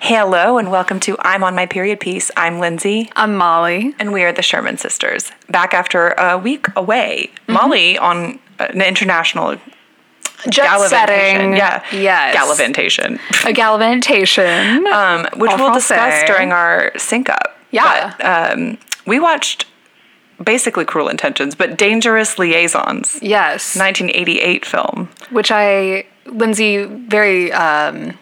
Hello and welcome to I'm on my period piece. I'm Lindsay I'm Molly. and we are the Sherman sisters. Back after a week away, Mm-hmm. Molly on an international Jet gallivantation. setting. Yeah. Yes. Gallivantation. A gallivantation. Um, which En we'll discuss français. during our sync up. Yeah. But, um, we watched basically Cruel Intentions, but Dangerous Liaisons, yes. 1988 film. Which I, Lindsay very um,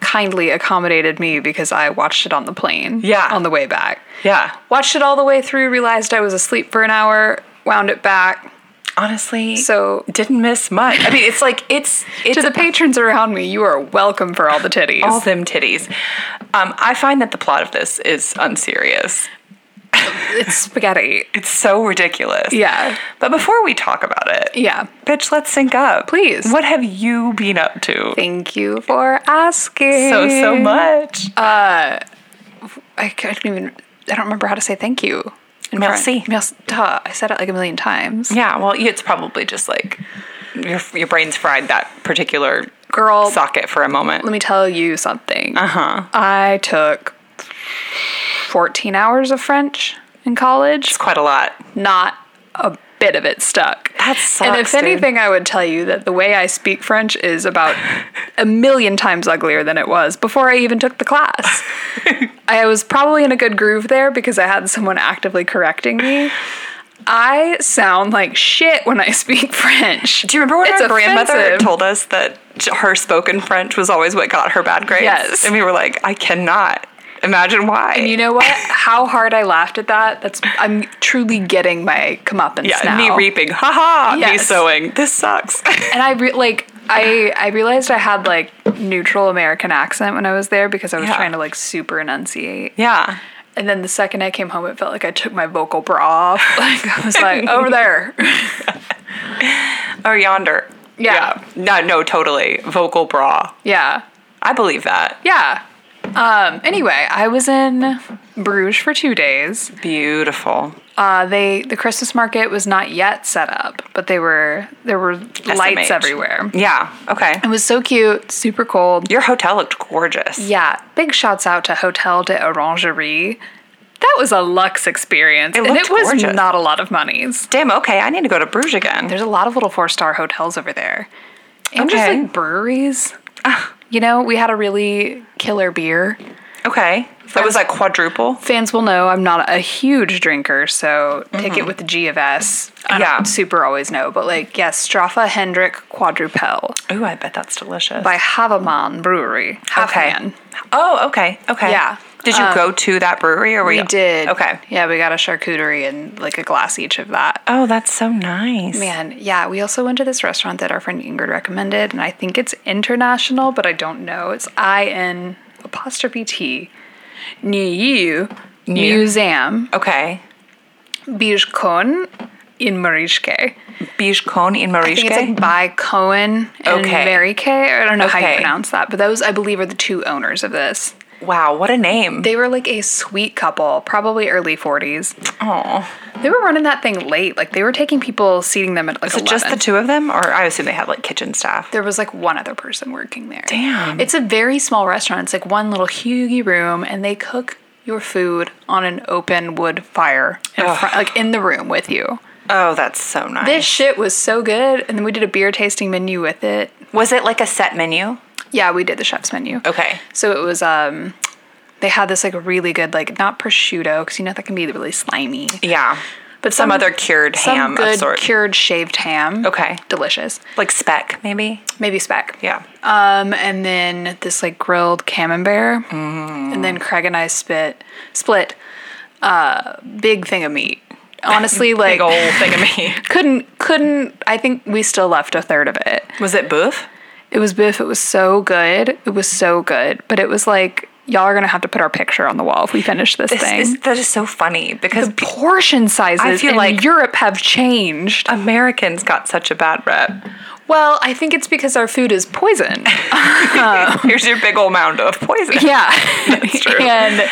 kindly accommodated me because I watched it on the plane. Yeah. On the way back. Yeah. Watched it all the way through, realized I was asleep for an hour, wound it back. Honestly, So, didn't miss much. I mean, it's like it's it's to the patrons around me, you are welcome for all the titties. all them titties. Um, I find that the plot of this is unserious. it's spaghetti. It's so ridiculous. Yeah. But before we talk about it, Yeah. bitch, let's sync up, Please. What have you been up to? Thank you for asking. So so much. I couldn't even. I don't remember how to say thank you. in Merci. French. Merci. Duh. I said it like a million times. Yeah, well, it's probably just like your your brain's fried that particular Girl, socket for a moment. let me tell you something. Uh Uh-huh. huh. I took 14 hours of French in college. It's quite a lot. Not a bit of it stuck. That sucks, And if dude. anything, I would tell you that the way I speak French is about a million times uglier than it was before I even took the class. I was probably in a good groove there because I had someone actively correcting me. I sound like shit when I speak French. Do you remember when It's our grandmother offensive. told us that her spoken French was always what got her bad grades? Yes. and we were like, I cannot imagine why. You know what? How hard I laughed at that. That's I'm truly getting my comeuppance yeah, now. me reaping, haha, me Yes. sewing. This sucks. and I re- like I I realized I had like neutral American accent when I was there because I was Yeah. trying to like super enunciate. yeah, And then the second I came home, it felt like I took my vocal bra off. Like I was like over there. or yonder. Yeah. no, no, totally. Vocal bra. Yeah, I believe that. yeah. Um, anyway, I was in Bruges for two days. Beautiful. Uh, they the Christmas market was not yet set up, but they were there were lights SMH. everywhere. Yeah. Okay. It was so cute, super cold. Your hotel looked gorgeous. Yeah, big shouts out to Hotel de Orangerie. That was a luxe experience, and looked it was gorgeous. not a lot of monies. Damn. Okay, I need to go to Bruges again. There's a lot of little four star hotels over there, and just Okay. like breweries. You know, we had a really killer beer. Okay. That was like quadruple. Fans will know I'm not a huge drinker, so take it with the G of S. I don't Yeah. super always know, but like yes, Straffa Hendrick Quadrupel Ooh, I bet that's delicious. by Havaman Brewery. Havaman. Oh, okay. Okay. Yeah. Um, Did you go to that brewery or were We you? did. Okay. Yeah, we got a charcuterie and like a glass each of that. Oh, that's so nice. Man, yeah, we also went to this restaurant that our friend Ingrid recommended, and I think it's international, but I don't know. It's I N apostrophe T. New Museum Okay. Bijkon in Marishke. Biche Cone in I think it's Marishke. like by Cohen and Okay. Mary Kay. I don't know how Okay. you pronounce that, but those I believe are the two owners of this. wow, what a name. They were like a sweet couple, probably early 40s. Oh. They were running that thing late. Like they were taking people, seating them at like Is it just the 11. two of them? Or I assume they had like kitchen staff. there was like one other person working there. Damn. It's a very small restaurant. It's like one little hugy room, and they cook your food on an open wood fire, in front, like in the room with you. Oh, that's so nice. This shit was so good, and then we did a beer tasting menu with it. was it like a set menu? Yeah, we did the chef's menu. Okay. So it was um, they had this like really good like not prosciutto because you know that can be really slimy, Yeah. but Some other cured some ham good of sort. cured shaved ham. Okay. delicious. like speck, maybe? Maybe speck. Yeah. Um, and then this like grilled camembert, and then Craig and I spit split uh, big thing of meat. Honestly, like Big old thing of me. couldn't couldn't. I think we still left a third of it. Was it boof? It was biff. It was so good. It was so good. But it was like y'all are gonna have to put our picture on the wall if we finish this, This thing. is, that is so funny because pe- Portion sizes feel in like- Europe have changed. Americans got such a bad rep. Well, I think it's because our food is poison. Here's your big old mound of poison. Yeah, that's true. and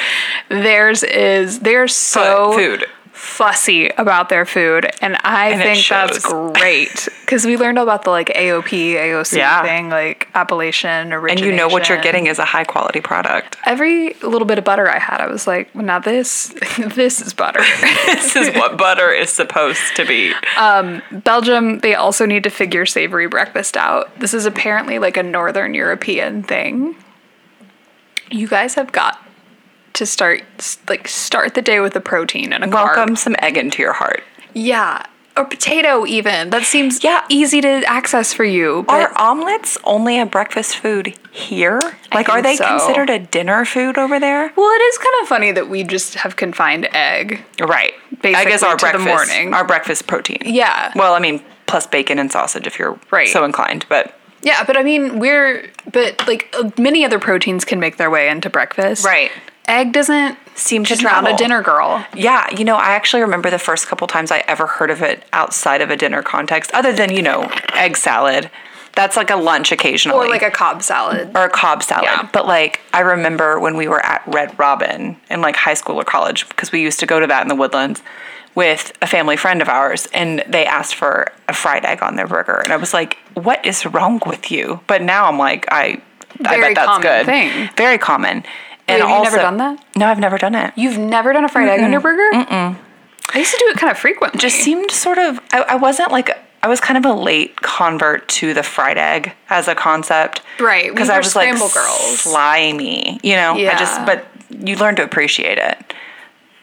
theirs is they're so But food. fussy about their food, and I And it think that's shows. great because we learned all about the like AOP, AOC Yeah. thing, like appellation, And origination. you know what you're getting is a high quality product. Every little bit of butter I had, I was like, well, now this, this is butter. this is what butter is supposed to be. Belgium, they also need to figure savory breakfast out. This is apparently like a Northern European thing. You guys have got to start like start the day with a protein and a carb. Welcome some egg into your heart. Yeah. Or potato even. That seems Yeah. easy to access for you. But Are omelets only a breakfast food here? Like, are think they so. considered a dinner food over there? well, it is kind of funny that we just have confined egg. Right. I guess Basically our to the breakfast, morning. our breakfast protein. Yeah. Well, I mean, plus bacon and sausage if you're Right. so inclined. But Yeah, but I mean, we're but like uh, many other proteins can make their way into breakfast. Right. Egg doesn't Seem to She's not a travel. dinner girl. yeah, you know, I actually remember the first couple times I ever heard of it outside of a dinner context, other than you know, egg salad. That's like a lunch occasionally, Or like a cob salad. or a Cobb salad. Yeah. But like I remember when we were at Red Robin in like high school or college because we used to go to that in the woodlands with a family friend of ours and they asked for a fried egg on their burger and I was like, "What is wrong with you?" But now I'm like, I I Very bet that's common good. thing. Very common. And have you never done that? No, I've never done it. You've never done a fried egg on your burger? Mm-mm. I used to do it kind of frequently. just seemed sort of I, I wasn't like I was kind of a late convert to the fried egg as a concept. Right, we Because I were was like scramble girls. slimy, you know? I Yeah. just but you learn to appreciate it.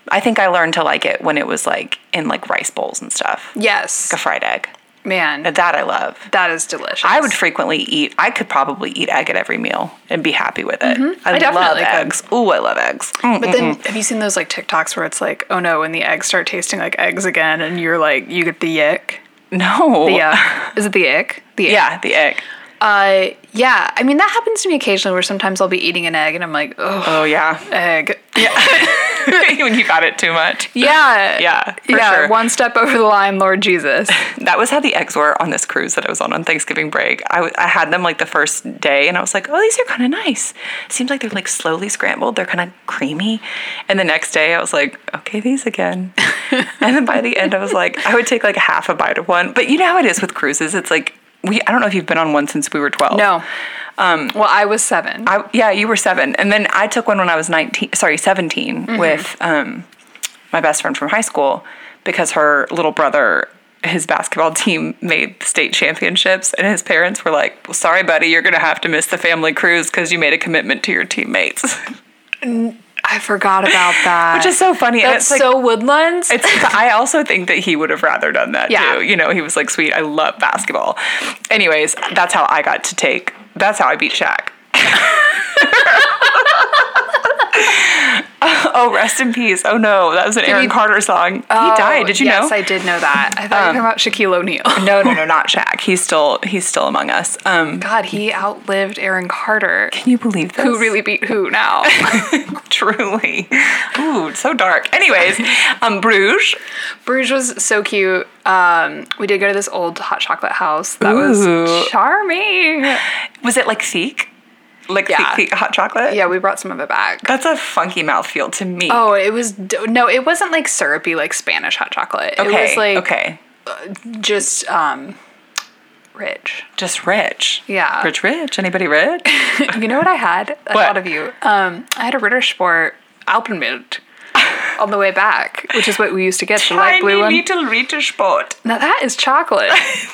I think I learned to like it when it was like in like rice bowls and stuff. yes. A fried egg. Man, That I love. that is delicious. I would frequently eat. I could probably eat egg at every meal and be happy with it. I, Mm-hmm. I love definitely could. eggs. Ooh, I love eggs. Mm. But then, have you seen those like TikToks where it's like, oh no, when the eggs start tasting like eggs again, and you're like, you get the yick. No. Yeah, is it the ick? The ick. Yeah, the egg. Uh, yeah. I mean, that happens to me occasionally, where sometimes I'll be eating an egg, and I'm like, oh, Oh yeah. egg. when you got it too much. Yeah. Yeah, for Yeah. sure. One step over the line, Lord Jesus. That was how the eggs were on this cruise that I was on on Thanksgiving break. I, w- I had them like the first day and I was like, oh, these are kind of nice. Seems like they're like slowly scrambled. They're kind of creamy. And the next day I was like, okay, these again. and then by the end I was like, I would take like half a bite of one. But you know how it is with cruises? It's like, we, I don't know if you've been on one since we were 12. No. Um. Well, I was seven. I, yeah, you were seven. And then I took one when I was 19, sorry, 17 with um, my best friend from high school because her little brother, his basketball team made the state championships. And his parents were like, well, sorry, buddy, you're going to have to miss the family cruise because you made a commitment to your teammates. I forgot about that. Which is so funny. and That's it's like, so woodlands. it's, I also think that he would have rather done that Yeah. too. You know, he was like, sweet, I love basketball. Anyways, that's how I got to take, that's how I beat Shaq. oh, rest in peace. Oh no, that was an Aaron you- Carter song. he died. Did you Oh, yes, know? Um, I did know that. I thought you were talking about Shaquille O'Neal. no, no, no, not Shaq. He's still he's still among us. Um, God, he outlived Aaron Carter. can you believe this? Who really beat who now? truly. Ooh, it's so dark. Anyways, um, Bruges. Bruges was so cute. Um, we did go to this old hot chocolate house that Ooh. was charming. Was it like thick? Like Yeah. thick, thick hot chocolate? Yeah, we brought some of it back. That's a funky mouthfeel to me. Oh, it was do- no, it wasn't like syrupy like Spanish hot chocolate. okay. It was like okay. just um rich. Just rich. Yeah. Rich, rich. Anybody rich? You know what I had? I What? thought of you. Um, I had a Rittersport Alpenmilch on the way back, which is what we used to get the light blue one. little rich spot. now that is chocolate.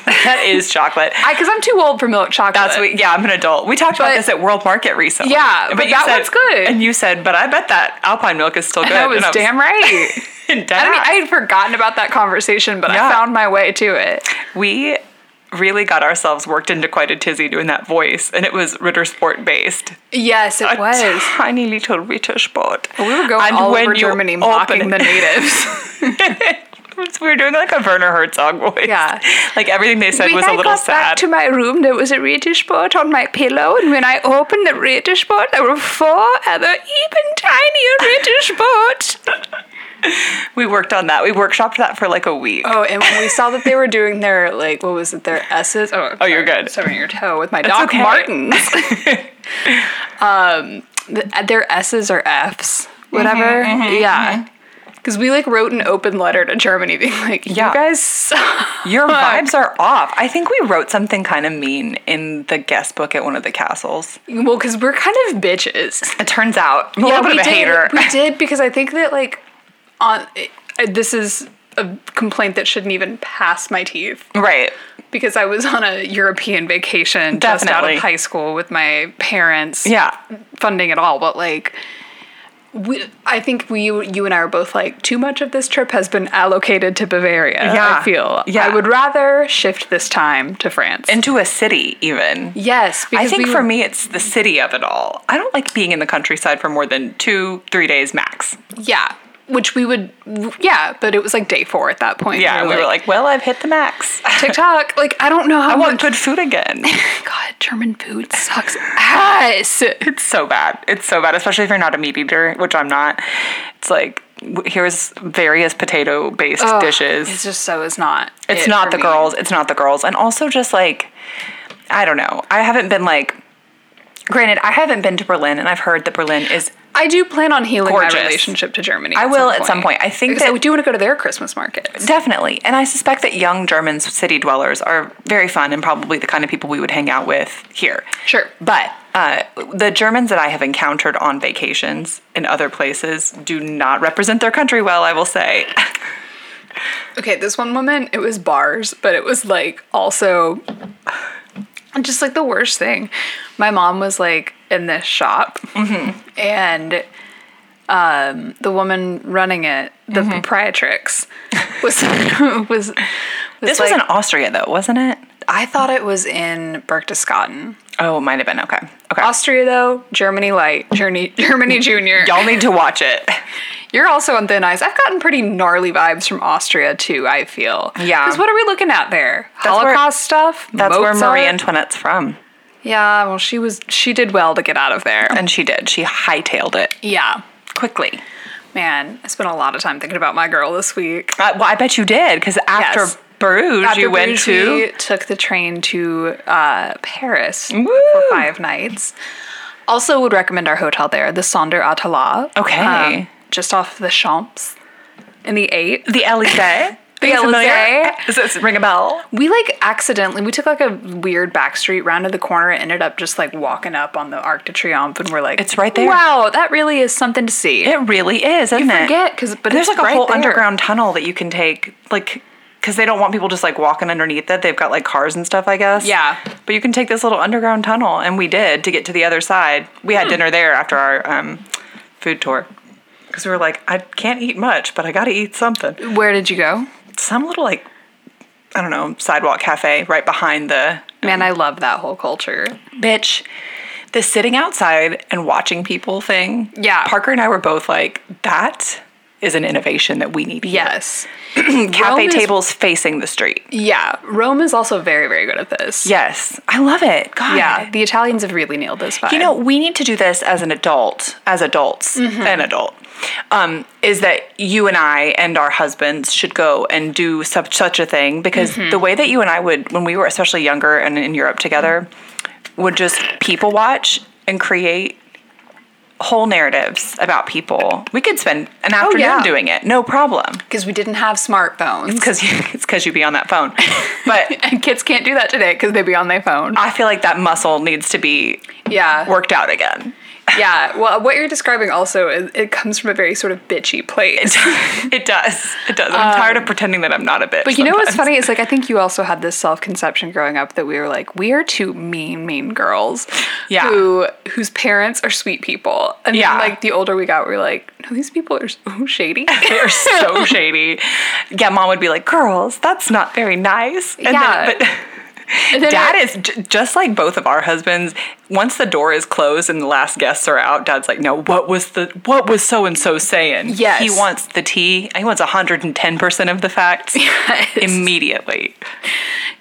That is chocolate. Because I'm too old for milk chocolate. That's what, yeah, I'm an adult. We talked about But- this at World Market recently. Yeah, but you that said, one's good. And you said, but I bet that alpine milk is still good. That was And I damn right. I mean, damn. I had forgotten about that conversation, but Yeah. I found my way to it. we really got ourselves worked into quite a tizzy doing that voice, and it was Ritter Sport based. Yes, it A was. tiny little Ritter Sport. We were going And all when over you Germany open mocking it- the natives. we were doing like a Werner Herzog voice. Yeah. Like everything they said was a little sad. my room, there was a Rittersport on my pillow, and when I opened the Rittersport, there were four other even tinier Rittersports. we worked on that. We workshopped that for like a week. Oh, and when we saw that they were doing their like, what was it? Their S's. Oh, sorry, you're good. Sorry, your toe with my Doc okay. Martens. uh, Mm-hmm, um, th- their S's or F's, whatever. yeah. Because we like wrote an open letter to Germany being like, you Yeah. guys suck. Your vibes are off. I think we wrote something kind of mean in the guest book at one of the castles. Well, because we're kind of bitches. It turns out I'm a little bit we of a did. hater. We did because I think that like on uh, this is a complaint that shouldn't even pass my teeth right. because I was on a European vacation just out Definitely. of high school with my parents. Yeah. funding at all, but like. We, I think we, you and I are both like too much of this trip has been allocated to Bavaria. Yeah. I feel. Yeah. I would rather shift this time to France. Into a city, even. yes, I because think we for were- me, it's the city of it all. I don't like being in the countryside for more than two, three days max. yeah, which we would, yeah, but it was like day four at that point. Yeah, and we were like, well, I've hit the max. I TikTok. Like, I don't know how want much. good food again. God, German food sucks ass. It's so bad. It's so bad, especially if you're not a meat eater, which I'm not. It's like w- here's various potato based dishes. It's just so it's not. It's it not for the me. girls. It's not the girls. And also just like I don't know. I haven't been like granted, I haven't been to Berlin and I've heard that Berlin is I do plan on healing Gorgeous. my relationship to Germany. I will at some point. I think because that- I do want to go to their Christmas markets. definitely and I suspect that young German city dwellers are very fun and probably the kind of people we would hang out with here. Sure. But uh, the Germans that I have encountered on vacations in other places do not represent their country well, I will say. Okay, this one woman, it was bars, but it was like also just like the worst thing. My mom was like in this shop, Mm-hmm. and um, the woman running it, the Mm-hmm. proprietrix, was was. was This like, was in Austria though, wasn't it? I thought it was in Berchtesgaden. Oh, it might have been. Okay. Okay. Austria, though, Germany Light, Germany, Germany Junior. Y'all need to watch it. You're also on thin ice. I've gotten pretty gnarly vibes from Austria too. I feel. Yeah. Because what are we looking at there? That's where- Holocaust stuff. That's where Mozart? Marie Antoinette's from. Yeah. Well, she was. She did well to get out of there. And she did. She hightailed it yeah. quickly. Man, I spent a lot of time thinking about my girl this week. Uh, well, I bet you did, because after Yes. Bruges, After you went Bruges, to. we took the train to uh, Paris for Woo! five nights. Also, would recommend our hotel there, the Sonder Atala. Okay. um, just off the Champs in the eight. The Elysee. The Are you familiar? Elysee. Does this ring a bell? We like accidentally we took like a weird back street, rounded the corner, and ended up just like walking up on the Arc de Triomphe, and we're like, It's right there. Wow, that really is something to see. It really is, isn't it? forget, 'cause- but there's it's like a right whole there. underground tunnel that you can take, like, because they don't want people just like walking underneath it. They've got like cars and stuff, I guess. Yeah. But you can take this little underground tunnel, and we did to get to the other side. We Hmm. had dinner there after our um, food tour. Because we were like, I can't eat much, but I gotta eat something. Where did you go? some little like I don't know sidewalk cafe right behind the Man, I love that whole culture. Um, bitch. The sitting outside and watching people thing. Yeah. Parker and I were both like, that is an innovation that we need. here." Yes. Cafe Rome is- tables facing the street. Yeah. Rome is also very, very good at this. Yes. I love it. God. Yeah. The Italians have really nailed this vibe. You know, we need to do this as an adult, as adults, Mm-hmm. an adult. Um, is that you and I and our husbands should go and do such such a thing because Mm-hmm. the way that you and I would when we were especially younger and in Europe together would just people watch and create whole narratives about people. We could spend an afternoon Oh, yeah. doing it, no problem, because we didn't have smartphones. because it's because you'd be on that phone. But And kids can't do that today because they'd be on their phone. I feel like that muscle needs to be Yeah. worked out again. Yeah. Well, what you're describing also, is, it comes from a very sort of bitchy place. It does. It does. I'm tired of pretending that I'm not a bitch. Um, But you know what's funny is like I think you also had this self conception growing up that we were like we are two mean mean girls, Yeah. who whose parents are sweet people, and Yeah. then like the older we got, we were like no these people are so shady. They are so shady. Yeah, mom would be like, "Girls, that's not very nice." And Yeah. Then, but And then dad I- is j- just like both of our husbands. Once the door is closed and the last guests are out, dad's like, "No, what was the what was so and so saying?" Yes. He wants the tea. He wants 110 percent of the facts immediately.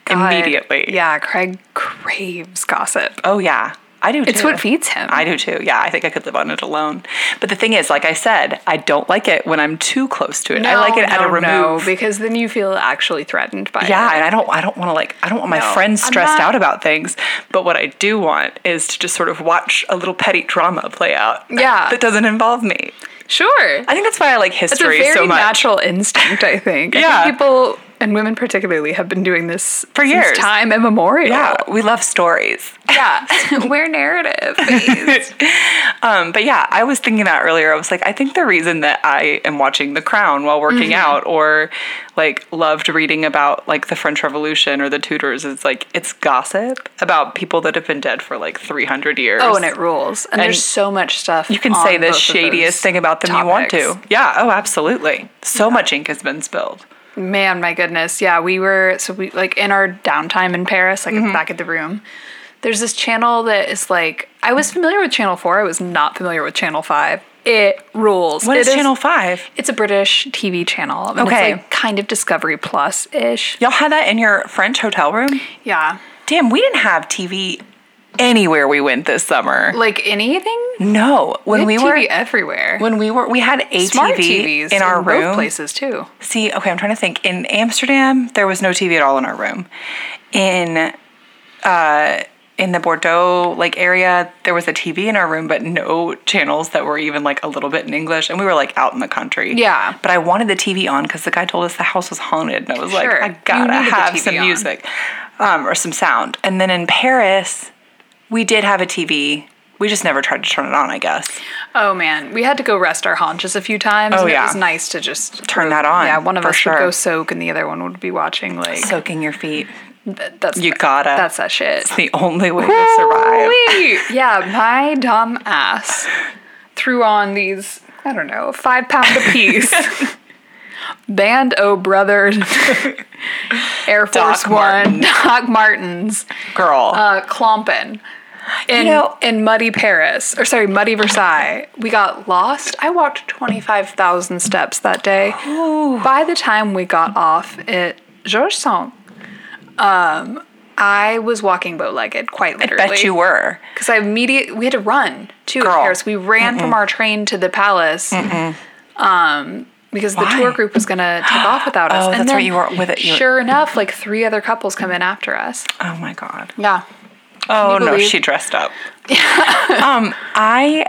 God. Immediately. Yeah, Craig craves gossip. Oh yeah, I do. It's too. what feeds him. I do too. Yeah, I think I could live on it alone. But the thing is, like I said, I don't like it when I'm too close to it. I like it at a No, remove. no, because then you feel actually threatened by Yeah, it. and I don't I don't want to like I don't want my No, friends I'm stressed not- out about things, but what I do want is to just sort of watch a little petty drama play out. Yeah. That doesn't involve me. Sure. I think that's why I like It's a history very so much. natural instinct, I think. I Yeah. think people and women particularly have been doing this For since years. time immemorial. yeah, we love stories. yeah. We're narrative. based. Um, but yeah, I was thinking that earlier. I was like, I think the reason that I am watching The Crown while Mm-hmm. working out, or like loved reading about like the French Revolution or the Tudors, is like it's gossip about people that have been dead for like 300 years. oh, and it rules. And And, there's so much stuff. you can say the shadiest thing about them you want to. Yeah. Oh, absolutely. So much ink has been spilled. Man, my goodness. Yeah, we were so we like in our downtime in Paris, like Mm-hmm. back at the room. There's this channel that is like I was familiar with Channel 4, I was not familiar with Channel 5. It rules. What It is, Channel Five? It's a British TV channel. And Okay. It's like kind of Discovery Plus ish. Y'all had that in your French hotel room? Yeah. Damn, we didn't have TV anywhere we went this summer. Like anything? No, when we TV were everywhere. when we were we had a Smart TV TVs in our both room. places too. See, okay, I'm trying to think. In Amsterdam, there was no TV at all in our room. In uh in the Bordeaux like area, there was a TV in our room, but no channels that were even like a little bit in English. And we were like out in the country. Yeah. But I wanted the TV on because the guy told us the house was haunted, and I was like, Sure. I You gotta needed the have TV some on. music, um, or some sound. And then in Paris, we did have a TV. We just never tried to turn it on. I guess. Oh man, we had to go rest our haunches a few times. Oh, and yeah. it was nice to just Turn that on, Yeah, one of for us sure. would go soak, and the other one would be watching. Like Soaking your feet. th- that's You gotta. that's that shit. It's the only way to survive. Woo-wee. yeah, my dumb ass threw on these. I don't know, five pound a piece. Band O Brothers, Air Force One, Martens. Doc Martens. Girl. uh, Clompen. In, know- in muddy Paris, or sorry, muddy Versailles, we got lost. I walked 25,000 steps that day. By the time we got off at Georges Saint, um, I was walking bow legged, quite literally. Bet you were. Because I immediately, we had to run to Girl. Paris. We ran from our train to the palace. Um, because the tour group was gonna take off without us. Oh, that's right, then, you were with it, you- Sure enough, like three other couples come in after us. Oh my god. Yeah. Oh you no, believe- she dressed up. um, I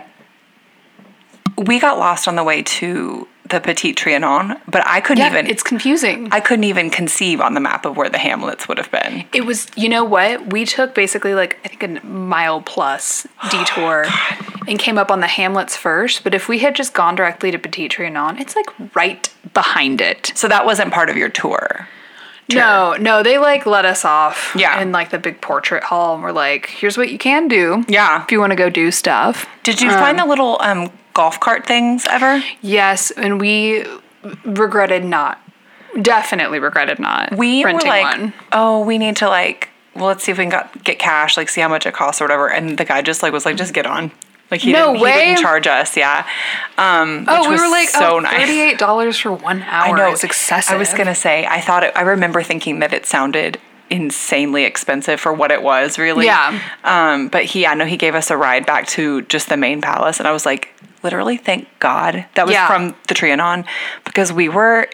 we got lost on the way to the Petit Trianon, but I couldn't Yeah, even it's confusing. I couldn't even conceive on the map of where the hamlets would have been. it was, you know what? We took basically like I think a mile plus detour and came up on the hamlets first. But if we had just gone directly to Petit Trianon, it's like right behind it. So that wasn't part of your tour. No, no, they like let us off Yeah. in like the big portrait hall and we're like, here's what you can do. Yeah. If you want to go do stuff. Did you find the little um golf cart things ever? Yes, and we regretted not. Definitely regretted not. we were renting like, one. oh, we need to like, well, let's see if we can got, get cash, like see how much it costs or whatever. And the guy just like was like, just get on. Like he, No didn't, he way. didn't charge us, yeah. Um, Oh, which we was were like, so oh, nice. thirty-eight dollars for one hour. is excessive. I was gonna say, I thought it, I remember thinking that it sounded insanely expensive for what it was, really. Yeah. Um, but he, I know he gave us a ride back to just the main palace, and I was like, literally, thank God that was Yeah. from the Trianon because we were.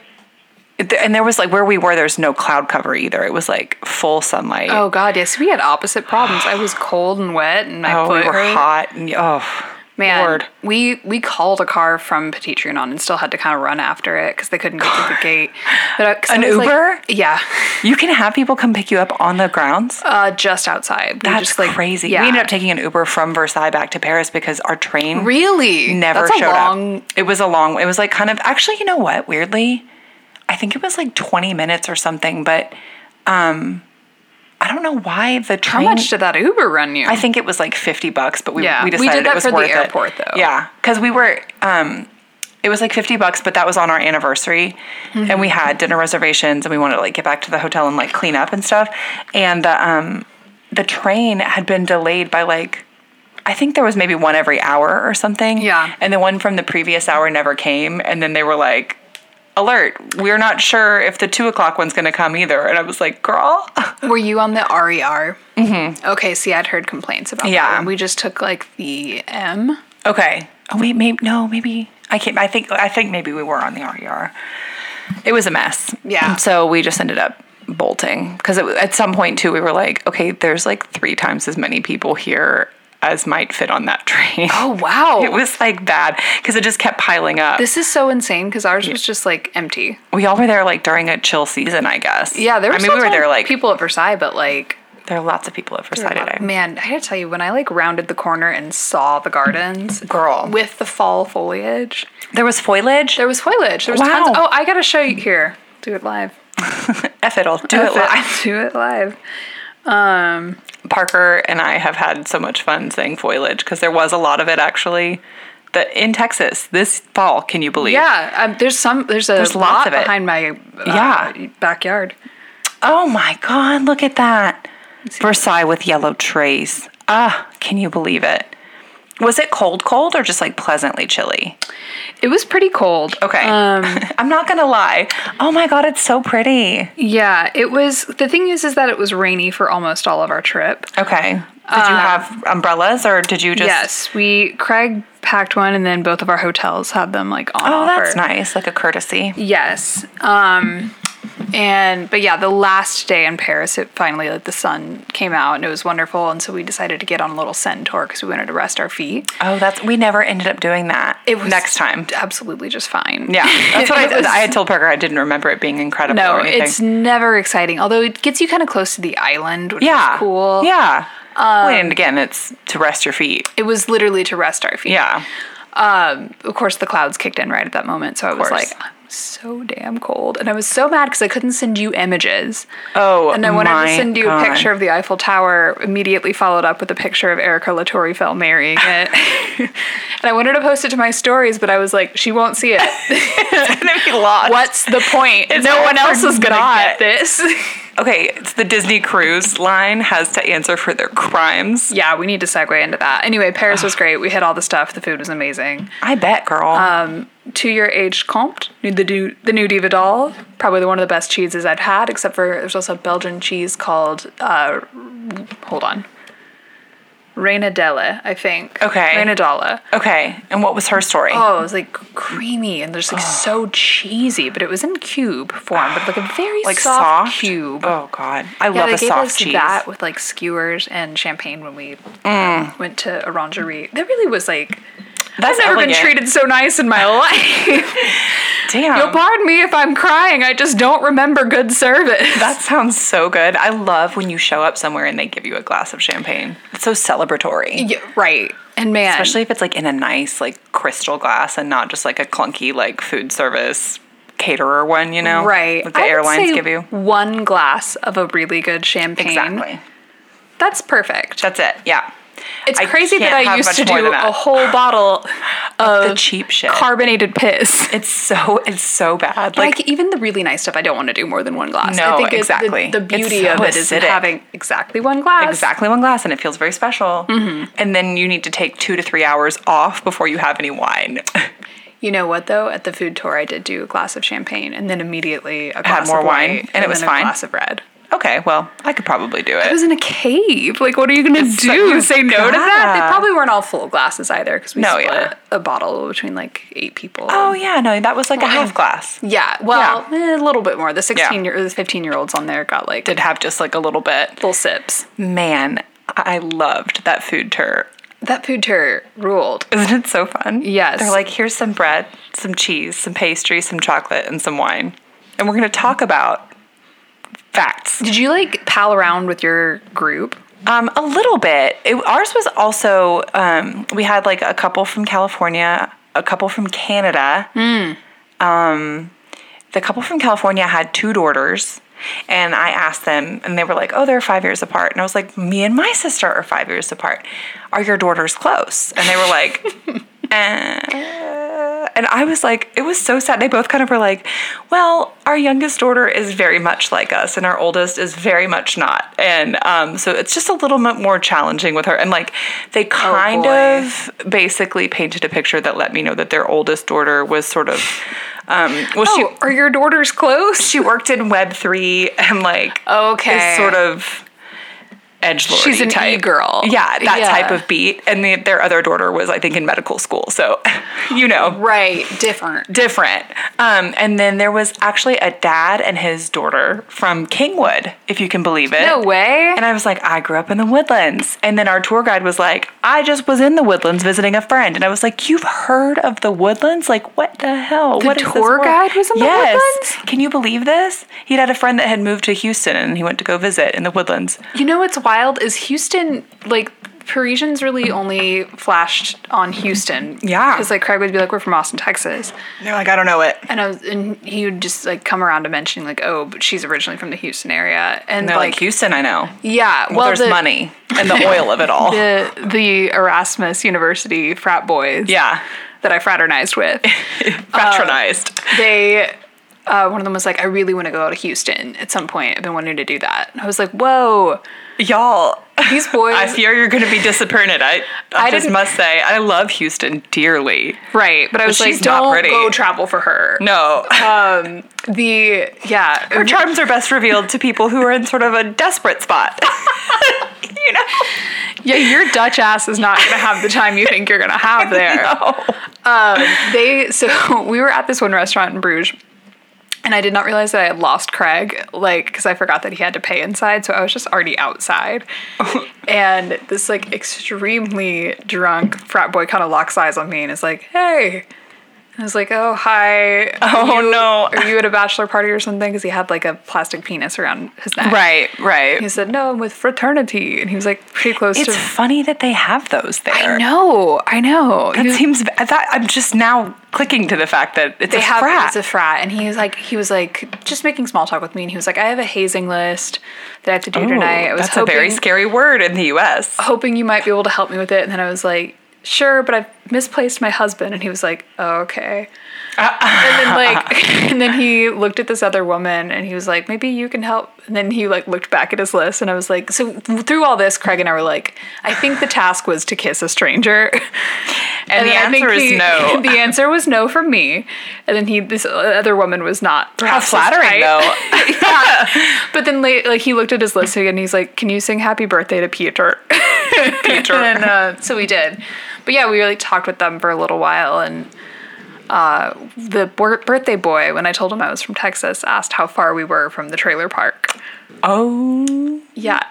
And there was like where we were, there's no cloud cover either. It was like full sunlight. Oh God, yes, we had opposite problems. I was cold and wet, and my Oh, foot we were hurt. hot. And, oh, Man, Lord. we we called a car from Petit Trianon and still had to kind of run after it because they couldn't get to the gate. But, uh, 'cause An I was like- Uber? yeah, You can have people come pick you up on the grounds. uh, just outside. We That's just, like, crazy. Yeah. We ended up taking an Uber from Versailles back to Paris because our train really never That's a showed long- up. It was a long. It was like kind of actually, you know what? Weirdly, I think it was like twenty minutes or something. But um, I don't know why the How train. much did that Uber run you? I think it was like fifty bucks, but we Yeah, we we did decided that it was for the worth it. airport, though. Yeah, because we were. Um, it was like fifty bucks, but that was on our anniversary, and we Mm-hmm. had dinner reservations, and we wanted to like get back to the hotel and like clean up and stuff. And the um, the train had been delayed by like. I think there was maybe one every hour or something. Yeah. And the one from the previous hour never came. And then they were like, alert, we're not sure if the two o'clock one's going to come either. And I was like, girl. Were you on the RER? Mm-hmm. Okay, see, I'd heard complaints about. Yeah. that. one. we just took like the M. Okay. Oh wait, maybe no, maybe I can't. I think I think maybe we were on the RER. It was a mess. Yeah. So we just ended up bolting because at some point too we were like, okay, there's like three times as many people here as might fit on that train. Oh wow. It was like bad because it just kept piling up. this is so insane because ours was just like empty. we all were there like during a chill season, I guess. Yeah, there. I Was mean, we were there like people at Versailles, but like uh, There are lots of people at Versailles today. man, I gotta tell you, when I like rounded the corner and saw the gardens, Girl. with the fall foliage, There was foliage. there was foliage. There was Wow. tons. oh, I gotta show you here. Do it live. F it all. Do it live. Do it live. Parker and I have had so much fun saying foliage because there was a lot of it actually. The, in Texas this fall, can you believe? Yeah, um, there's some. There's a There's lot lots of it. behind my uh, Yeah. backyard. Oh my God, look at that. Versailles with yellow trees. Ah, can you believe it? Was it cold, cold, or just like pleasantly chilly? It was pretty cold. Okay. Um, I'm not going to lie. Oh my God, it's so pretty. Yeah, it was. The thing is, is that it was rainy for almost all of our trip. Okay. Did you have umbrellas or did you just. Uh, yes, we Craig packed one, and then both of our hotels had them like on. Oh, offer. that's nice. Like a courtesy. Yes. Um, and but yeah, the last day in Paris, it finally like the sun came out and it was wonderful, and so we decided to get on a little scent tour because we wanted to rest our feet. Oh, that's. We never ended up doing that. It was- Next time. Absolutely, just fine. Yeah. That's what I It did. was- I had told Parker I didn't remember it being incredible No, or anything. it's never exciting. Although it gets you kind of close to the island, which yeah. is cool. Um, Yeah. Well, and again, it's to rest your feet. It was literally to rest our feet. Yeah. Um, of course, the clouds kicked in right at that moment, so I was course. like, I'm so damn cold, and I was so mad because I couldn't send you images. Oh, and I wanted my to send you God. a picture of the Eiffel Tower, immediately followed up with a picture of Erica Latour Fell marrying it. and I wanted to post it to my stories, but I was like, she won't see it. gonna be lost. What's the point? no all one else for is gonna naught. get this. Okay, it's the Disney Cruise Line has to answer for their crimes. yeah, we need to segue into that. Anyway, Paris was great. We hit all the stuff. The food was amazing. I bet, girl. Uh, To your age, Comte, the new, the new Diva doll, probably one of the best cheeses I've had, except for there's also a Belgian cheese called, uh, hold on, Reynadelle, I think. Okay. Reynadella. okay, and what was her story? Oh, it was like creamy and just like so cheesy, but it was in cube form, but like a very like soft, soft, cube. Oh God, I Yeah, love they a gave soft us cheese. that with like skewers and champagne when we um, went to Orangerie. That really was like That's I've never elegant. been treated so nice in my life. Damn, You'll pardon me if I'm crying. I just don't remember good service. that sounds so good. I love when you show up somewhere and they give you a glass of champagne. It's so celebratory, Yeah, right. And man, especially if it's like in a nice like crystal glass and not just like a clunky like food service caterer one. You know, right. That the I would airlines say give you. one glass of a really good champagne. Exactly. That's perfect. That's it. Yeah. It's I crazy can't that I have used much to more do than that. a whole bottle of the cheap shit. carbonated piss. It's so it's so bad. Like, Like even the really nice stuff, I don't want to do more than one glass. No, I think it's the- exactly. The, It's beauty so of it is in acidic. having exactly one glass. exactly one glass and it feels very special. And then you need to take two to three hours off before you have any wine. You know what though? At the food tour, I did do a glass of champagne, and then immediately a glass more of wine, white, and it was then fine? A glass of red. okay, well I could probably do I it. was in a cave. Like, what are you gonna do? you Say no to that? gotta. They probably weren't all full glasses either, because we No, split yeah. a bottle between like eight people. Oh yeah, no, that was like a half glass. Yeah, well, eh, a little bit more. The sixteen year, the fifteen year olds on there got like Did have just like a little bit. full sips. Man, I loved that food tour. That food tour ruled. Isn't it so fun? Yes. They're like, here's some bread, some cheese, some pastry, some chocolate, and some wine. And we're gonna talk about facts. Did you like pal around with your group? Um, a little bit. It, ours was also um, we had like a couple from California, a couple from Canada. Um, the couple from California had two daughters, and I asked them, and they were like, "Oh, they're five years apart." And I was like, "Me and my sister are five years apart. Are your daughters close?" And they were like. "Uh," And I was like, it was so sad. They both kind of were like, well, our youngest daughter is very much like us, and our oldest is very much not. And um, so it's just a little bit more challenging with her. And like, they kind Oh, boy. of basically painted a picture that let me know that their oldest daughter was sort of, um, well, Oh, are your daughters close? she she worked in Web three and like Okay. is sort of edge lord. She's an type. e-girl. Yeah, that Yeah. type of beat. And the, their other daughter was, I think, in medical school. So, you know, Right, different. different. Um, and then there was actually a dad and his daughter from Kingwood, if you can believe it. No way. And I was like, I grew up in the woodlands. And then our tour guide was like, I just was in the woodlands visiting a friend. And I was like, You've heard of the woodlands? Like, what the hell? The tour guide was in the woodlands? Can you believe this? He'd had a friend that had moved to Houston and he went to go visit in the woodlands. You know what's wild is Houston, like, Parisians really only flashed on Houston. Yeah. Because, like, Craig would be like, we're from Austin, Texas. They're like, I don't know it. And I was, and he would just, like, come around to mentioning, like, oh, but she's originally from the Houston area. And, They're like, like, Houston, I know. yeah. Well, There's the, money and the oil of it all. The, the Erasmus University frat boys. yeah. That I fraternized with. Patronized. they uh, one of them was like, I really want to go to Houston at some point. I've been wanting to do that. And I was like, whoa, Y'all, these boys. I fear you're going to be disappointed. I, I, I just didn't- must say, I love Houston dearly. right. But I was she's like, not don't pretty." go travel for her. No. Um, The, yeah. Her charms are best revealed to people who are in sort of a desperate spot. you know? yeah, your Dutch ass is not going to have the time you think you're going to have there. Um, they so we were at this one restaurant in Bruges and I did not realize that I had lost Craig like cuz I forgot that he had to pay inside so I was just already outside. and this like extremely drunk frat boy kind of locks eyes on me and is like, "Hey." And I was like, "Oh, hi. Oh, no. Are you at a bachelor party or something?" Cuz he had like a plastic penis around his neck. Right, He right. said, "No, I'm with fraternity." And he was like pretty close It's to funny that they have those there. I know. I know. He It was- seems I thought I'm just now clicking to the fact that it's they a have frat. it's a frat and he was like he was like just making small talk with me and he was like i have a hazing list that i have to do Ooh, tonight i was Oh, that's hoping, Oh, a very scary word in the U.S. hoping you might be able to help me with it and then i was like sure but i've misplaced my husband and he was like oh, okay and then like and then he looked at this other woman and he was like maybe you can help and then he like looked back at his list and i was like so through all this craig and i were like i think the task was to kiss a stranger And, the then I think answer is he- no. The answer was no from me. And then he, this other woman was not. How perhaps his flattering, type. though. yeah. But then, la- like, he looked at his list again. and He's like, "Can you sing Happy Birthday to Peter?" Peter. and uh, so we did. But yeah, we really talked with them for a little while. And uh, the bir- birthday boy, when I told him I was from Texas, asked how far we were from the trailer park. oh, Yeah,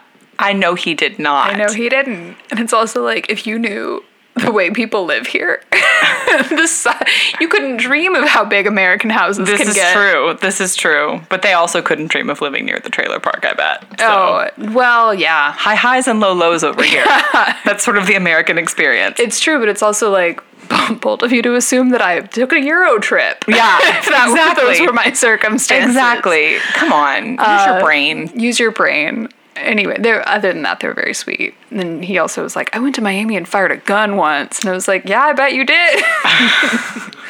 I know he did not. I know he didn't. And it's also like if you knew the way people live here, the si- you couldn't dream of how big American houses This can is get. true. This is true. But they also couldn't dream of living near the trailer park. I bet. So. Oh well, yeah, high highs and low lows over here. That's sort of the American experience. it's true, but it's also like bold of you to assume that I took a Euro trip. yeah, If that- exactly. Those were my circumstances. exactly. Come on, use Uh, your brain. Use your brain. Anyway, they're, other than that, they were very sweet. And then he also was like, I went to Miami and fired a gun once. And I was like, yeah, I bet you did.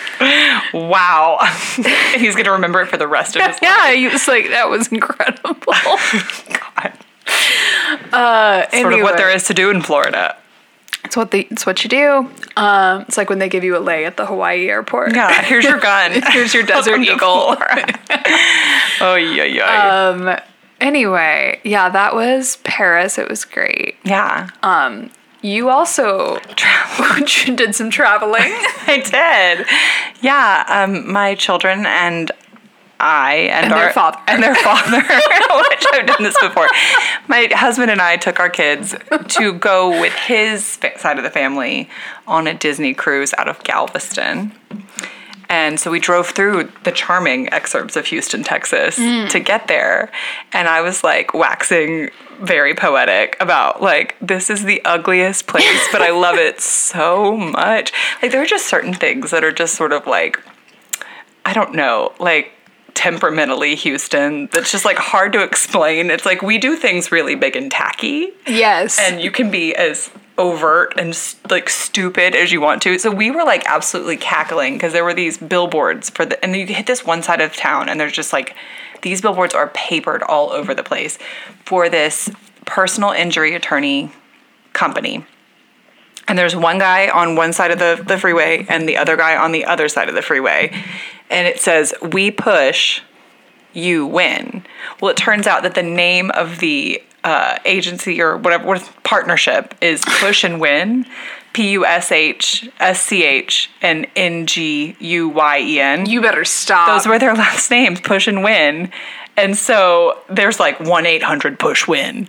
Wow, he's gonna remember it for the rest of his life. yeah, he was like, that was incredible. Uh, Sort of what there anyway, is to do in Florida. It's what they. It's what you do. Um, it's like when they give you a lay at the Hawaii airport. Yeah, here's your gun. Here's your desert Welcome to eagle. oh yeah, yeah, Uh, Anyway, yeah, that was Paris. It was great. yeah. You also did some traveling. I did. Yeah, um, my children and I and, their our father. and their father, which I've done this before. My husband and I took our kids to go with his fa- side of the family on a Disney cruise out of Galveston. And so we drove through the charming excerpts of Houston, Texas to get there. And I was like waxing very poetic about like this is the ugliest place, but I love it so much. Like there are just certain things that are just sort of like I don't know, like temperamentally Houston that's just like hard to explain. It's like we do things really big and tacky yes. and you can be as overt and s- like stupid as you want to. So we were like absolutely cackling because there were these billboards for the, and you hit this one side of town and there's just like these billboards are papered all over the place for this personal injury attorney company. And there's one guy on one side of the, the freeway and the other guy on the other side of the freeway. And it says, We push, you win. Well, it turns out that the name of the uh, agency or whatever what partnership is Push and Win, P U S H S C H and N G U Y E N. You better stop. Those were their last names, Push and Win. And so there's like 1 800 Push Win.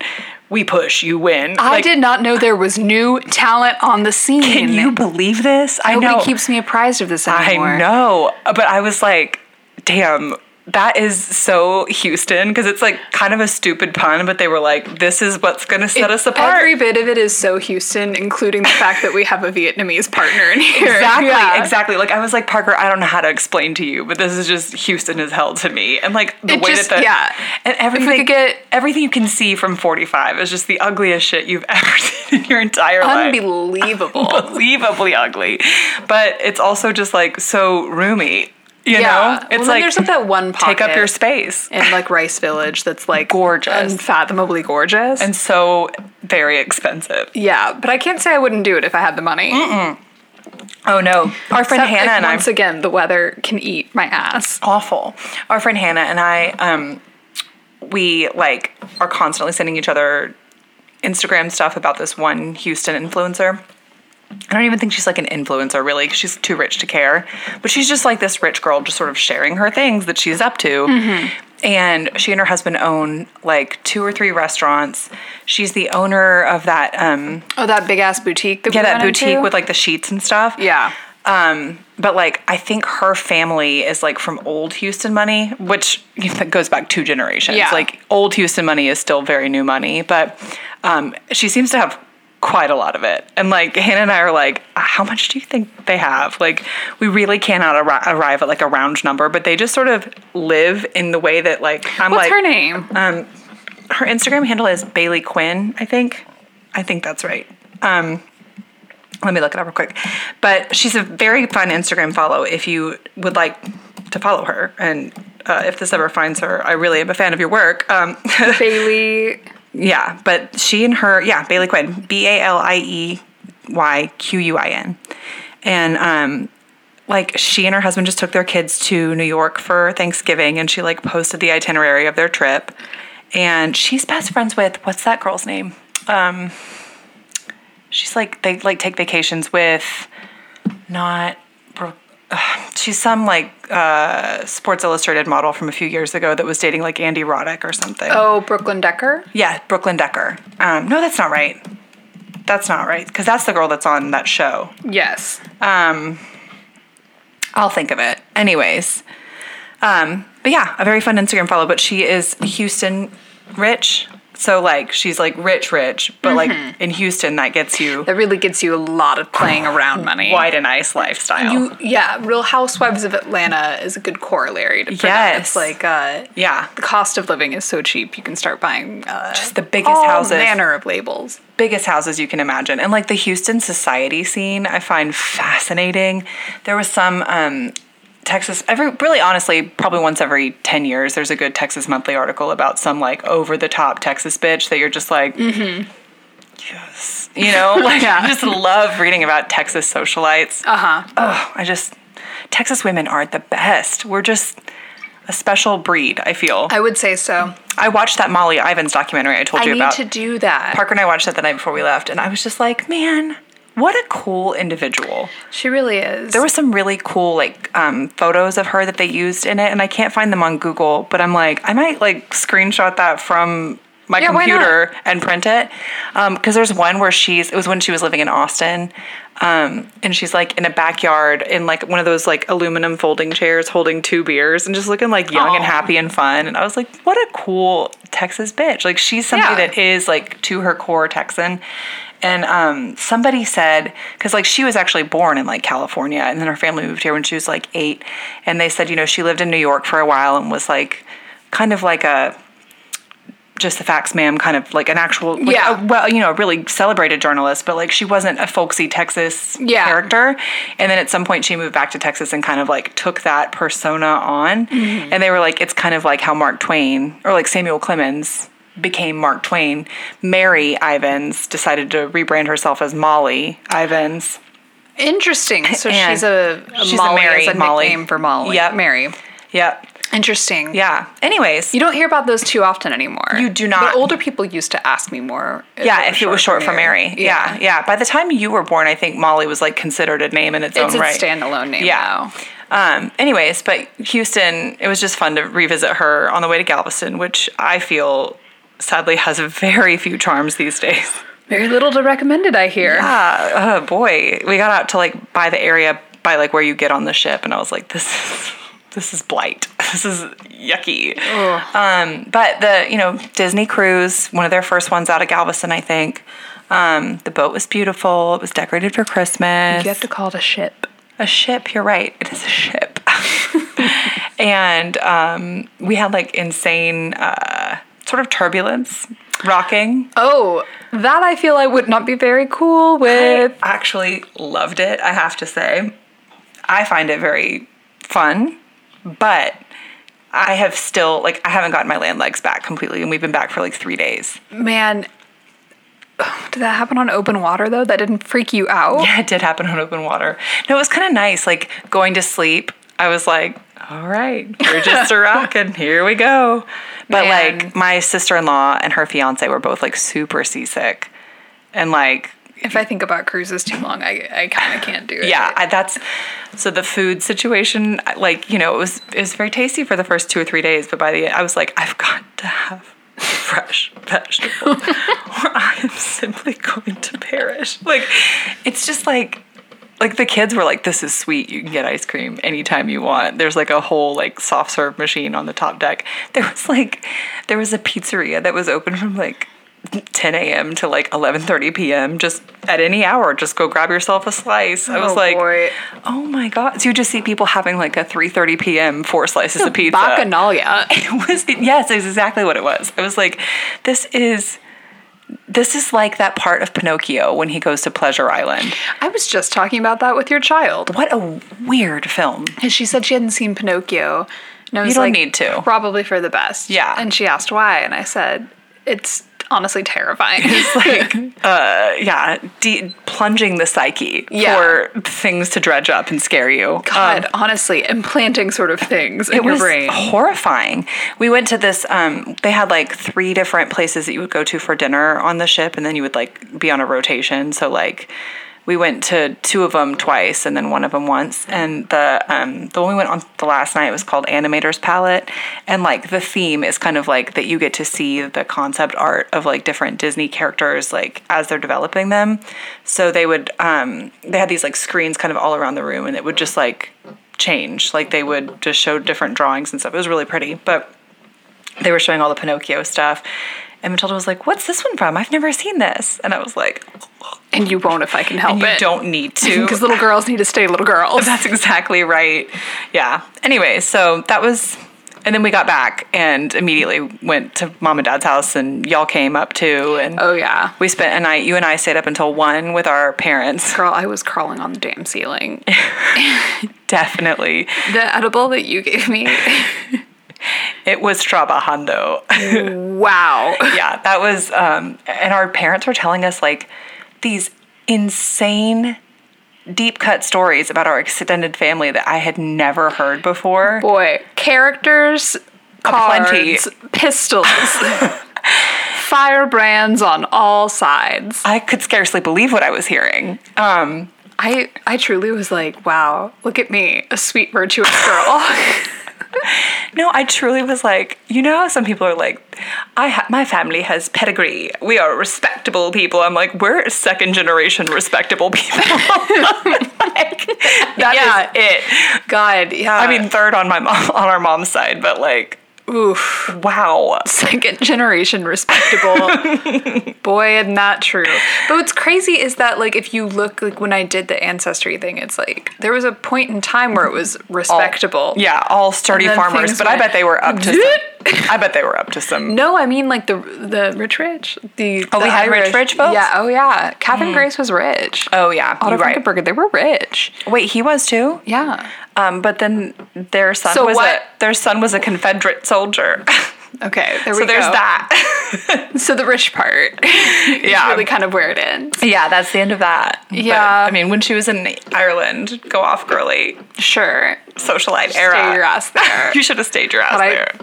We push, you win. I Like, did not know there was new talent on the scene. Can you believe this? I Nobody know. keeps me apprised of this anymore. I know, but I was like, damn, that is so Houston because it's like kind of a stupid pun, but they were like, this is what's gonna set us apart. Every bit of it is so Houston, including the fact that we have a Vietnamese partner in here. Exactly, Yeah. exactly. Like I was like Parker, I don't know how to explain to you, but this is just Houston is hell to me, and like the It way just- that the yeah. and everything could get- everything you can see from forty five is just the ugliest shit you've ever seen in your entire life. Unbelievable. Unbelievably ugly, but it's also just like so roomy. You yeah. know, Well, it's then like there's like that one pocket take up your space. in like Rice Village that's like Gorgeous. unfathomably gorgeous. and so very expensive. yeah, but I can't say I wouldn't do it if I had the money. Mm. Oh no, our friend Except, like, Hannah and I. once again, the weather can eat my ass. awful. Our friend Hannah and I, um, we like are constantly sending each other Instagram stuff about this one Houston influencer. I don't even think she's like an influencer really. 'cause She's too rich to care, but she's just like this rich girl, just sort of sharing her things that she's up to. Mm-hmm. And she and her husband own like two or three restaurants. She's the owner of that um, Oh, that big ass boutique. That yeah we that went boutique into? with like the sheets and stuff. yeah. Um, but like I think her family is like from old Houston money, which you know, that goes back two generations. Yeah. Like old Houston money is still very new money, but um, she seems to have quite a lot of it. And like Hannah and I are like, how much do you think they have? Like we really cannot arri- arrive at like a round number, but they just sort of live in the way that like I'm What's like her name? her Instagram handle is Bailey Quinn, I think. I think that's right. Um, let me look it up real quick. But she's a very fun Instagram follow if you would like to follow her. And uh, if this ever finds her, I really am a fan of your work. Um, Bailey. yeah, but she and her, yeah, Bailey Quinn, B A L I E Y Q U I N. And um, like she and her husband just took their kids to New York for Thanksgiving and she like posted the itinerary of their trip. And she's best friends with what's that girl's name? Um, she's like they like take vacations with not Brooke- ugh, she's some like uh, Sports Illustrated model from a few years ago that was dating like Andy Roddick or something. Oh, Brooklyn Decker. Yeah, Brooklyn Decker. Um, no, that's not right. That's not right because that's the girl that's on that show. Yes. I'll think of it. Anyways, um, but yeah, a very fun Instagram follow. But she is Houston rich, so like she's like rich, rich. But like in Houston, that gets you That really gets you a lot of playing around money. wide and ice lifestyle. You, yeah, Real Housewives of Atlanta is a good corollary to yes. Yes. It's like uh, yeah, the cost of living is so cheap, you can start buying uh, just the biggest all houses, manner of labels. biggest houses you can imagine, and like the Houston society scene, I find fascinating. There was some. Um, Texas, every really honestly, probably once every 10 years, there's a good Texas Monthly article about some like over the top Texas bitch that you're just like, yes, you know, like Mm-hmm. Yeah. I just love reading about Texas socialites. Uh huh. Ugh, I just, Texas women aren't the best. We're just a special breed, I feel. I, I would say so. watched that Molly Ivins documentary I told I you need about. to do that. Parker and I watched that the night before we left, and I was just like, man, what a cool individual. she really is. There were some really cool like um, photos of her that they used in it, and I can't find them on Google. But I'm like, I might like screenshot that from my Yeah, why not? computer and print it because there's one where she's. It was when she was living in Austin, um, and she's like in a backyard in like one of those like aluminum folding chairs, holding two beers, and just looking like young and Aw. happy and fun. And I was like, what a cool Texas bitch! Like she's somebody Yeah. that is like to her core Texan. And um, somebody said, because like she was actually born in like California, and then her family moved here when she was like eight. And they said, you know, she lived in New York for a while and was like kind of like a just the facts, ma'am, kind of like an actual, like, Yeah. a- well, you know, a really celebrated journalist, but like she wasn't a folksy Texas Yeah. character. And then at some point she moved back to Texas and kind of like took that persona on. And they were like, it's kind of like how Mark Twain or like Samuel Clemens became Mark Twain. Mary Ivins decided to rebrand herself as Molly Ivins. Interesting. So And she's a, a she's a Molly. Mary, is a Molly. nickname for Molly. Yep. Mary. Yep. Interesting. Yeah. Anyways, You don't hear about those too often anymore. You do not. But older people used to ask me more. yeah, if it was short for Mary. Yeah. yeah, By the time you were born, I think Molly was like considered a name in its, It's own a Oh, right. standalone name Yeah. yeah. Um, anyways, but Houston, it was just fun to revisit her on the way to Galveston, which I feel sadly has very few charms these days. Very little to recommend it, I hear. Ah, oh boy, we got out to like by the area by like where you get on the ship, and I was like, this is this is blight. This is yucky. Um, but the you know Disney cruise, one of their first ones out of Galveston, I think. Um, the boat was beautiful. It was decorated for Christmas. You have to call it a ship. A ship, you're right. It is a ship. and um, we had like insane uh, sort of turbulence, rocking. Oh, that I feel I would not be very cool with. I actually loved it, I have to say. I find it very fun, but I have still, like, I haven't gotten my land legs back completely, and we've been back for like three days. Man, did that happen on open water though? That didn't freak you out? Yeah, it did happen on open water. No, it was kind of nice. Like, going to sleep, I was like, all right, we're just a rockin', here we go. But Man. like, my sister in law and her fiance were both like super seasick, and like, If I think about cruises too long, I, I kind of can't do it. yeah I, that's so the food situation I- like you know it was it was very tasty for the first two or three days but by the end i was like i've got to have fresh vegetables or i am simply going to perish like it's just like like the kids were like this is sweet you can get ice cream anytime you want there's like a whole like soft serve machine on the top deck there was like there was a pizzeria that was open from like 10 a.m. to like 11:30 p.m. Just at any hour, just go grab yourself a slice. I was Oh, like, boy. oh my god! So you just see people having like a 3:30 p.m. four slices of pizza. Bacchanalia. It was yes, it's exactly what it was. I was like, this is this is like that part of Pinocchio when he goes to Pleasure Island. I was just talking about that with your child. What a weird film. And she said she hadn't seen Pinocchio. And I was don't like, need to. Probably for the best. Yeah. And she asked why, and I said, it's honestly terrifying. It's like, uh, yeah, de- plunging the psyche Yeah. for things to dredge up and scare you. God, honestly, implanting sort of things in It your was brain. horrifying. We went to this. Um, they had like three different places that you would go to for dinner on the ship, and then you would like be on a rotation. So like, we went to two of them twice, and then one of them once. And the um, the one we went on the last night was called Animator's Palette, and like the theme is kind of like that you get to see the concept art of like different Disney characters like as they're developing them. So they would um, they had these like screens kind of all around the room, and it would just like change. Like they would just show different drawings and stuff. It was really pretty, but they were showing all the Pinocchio stuff. And Matilda was like, "What's this one from? I've never seen this." And I was like, and you won't if I can help "You it. don't need to." Because little girls need to stay little girls. That's exactly right. Yeah. Anyway, so that was, and then we got back and immediately went to mom and dad's house, and y'all came up too, and Oh, yeah. we spent a night. You and I stayed up until one with our parents. Girl, I was crawling on the damn ceiling. Definitely, the edible that you gave me. it was trabajando. Wow. yeah, that was, um, and our parents were telling us like these insane deep cut stories about our extended family that I had never heard before. Boy, characters, cards, plenty. pistols, firebrands on all sides. I could scarcely believe what I was hearing. Um, I I truly was like, wow, look at me, a sweet virtuous girl. no, I truly was like, you know, how some people are like, I ha- my family has pedigree. We are respectable people. I'm like, we're second generation respectable people. like, that is it. God, yeah. I mean, third on my mom on our mom's side, but like, oof, wow. second generation respectable. Boy, isn't that true. But what's crazy is that like if you look like when I did the ancestry thing, it's like there was a point in time where it was respectable. Yeah, all sturdy And then farmers, things but I went- bet they were up to some, I bet they were up to some. No, I mean like the the rich rich the oh we had rich, rich folks? Mm. yeah oh yeah Catherine Grace was rich Oh yeah, Otto you're right. Frankenberger they were rich Wait, he was too. yeah Um, but then their son So was what- a their son was a Confederate soldier. Okay, there So we there's go. that. So the rich part, Yeah. really kind of where it ends. yeah, that's the end of that. But, Yeah. I mean, when she was in Ireland, go off girly, Sure, socialite stay era. your ass there. You should have stayed your ass But I, there.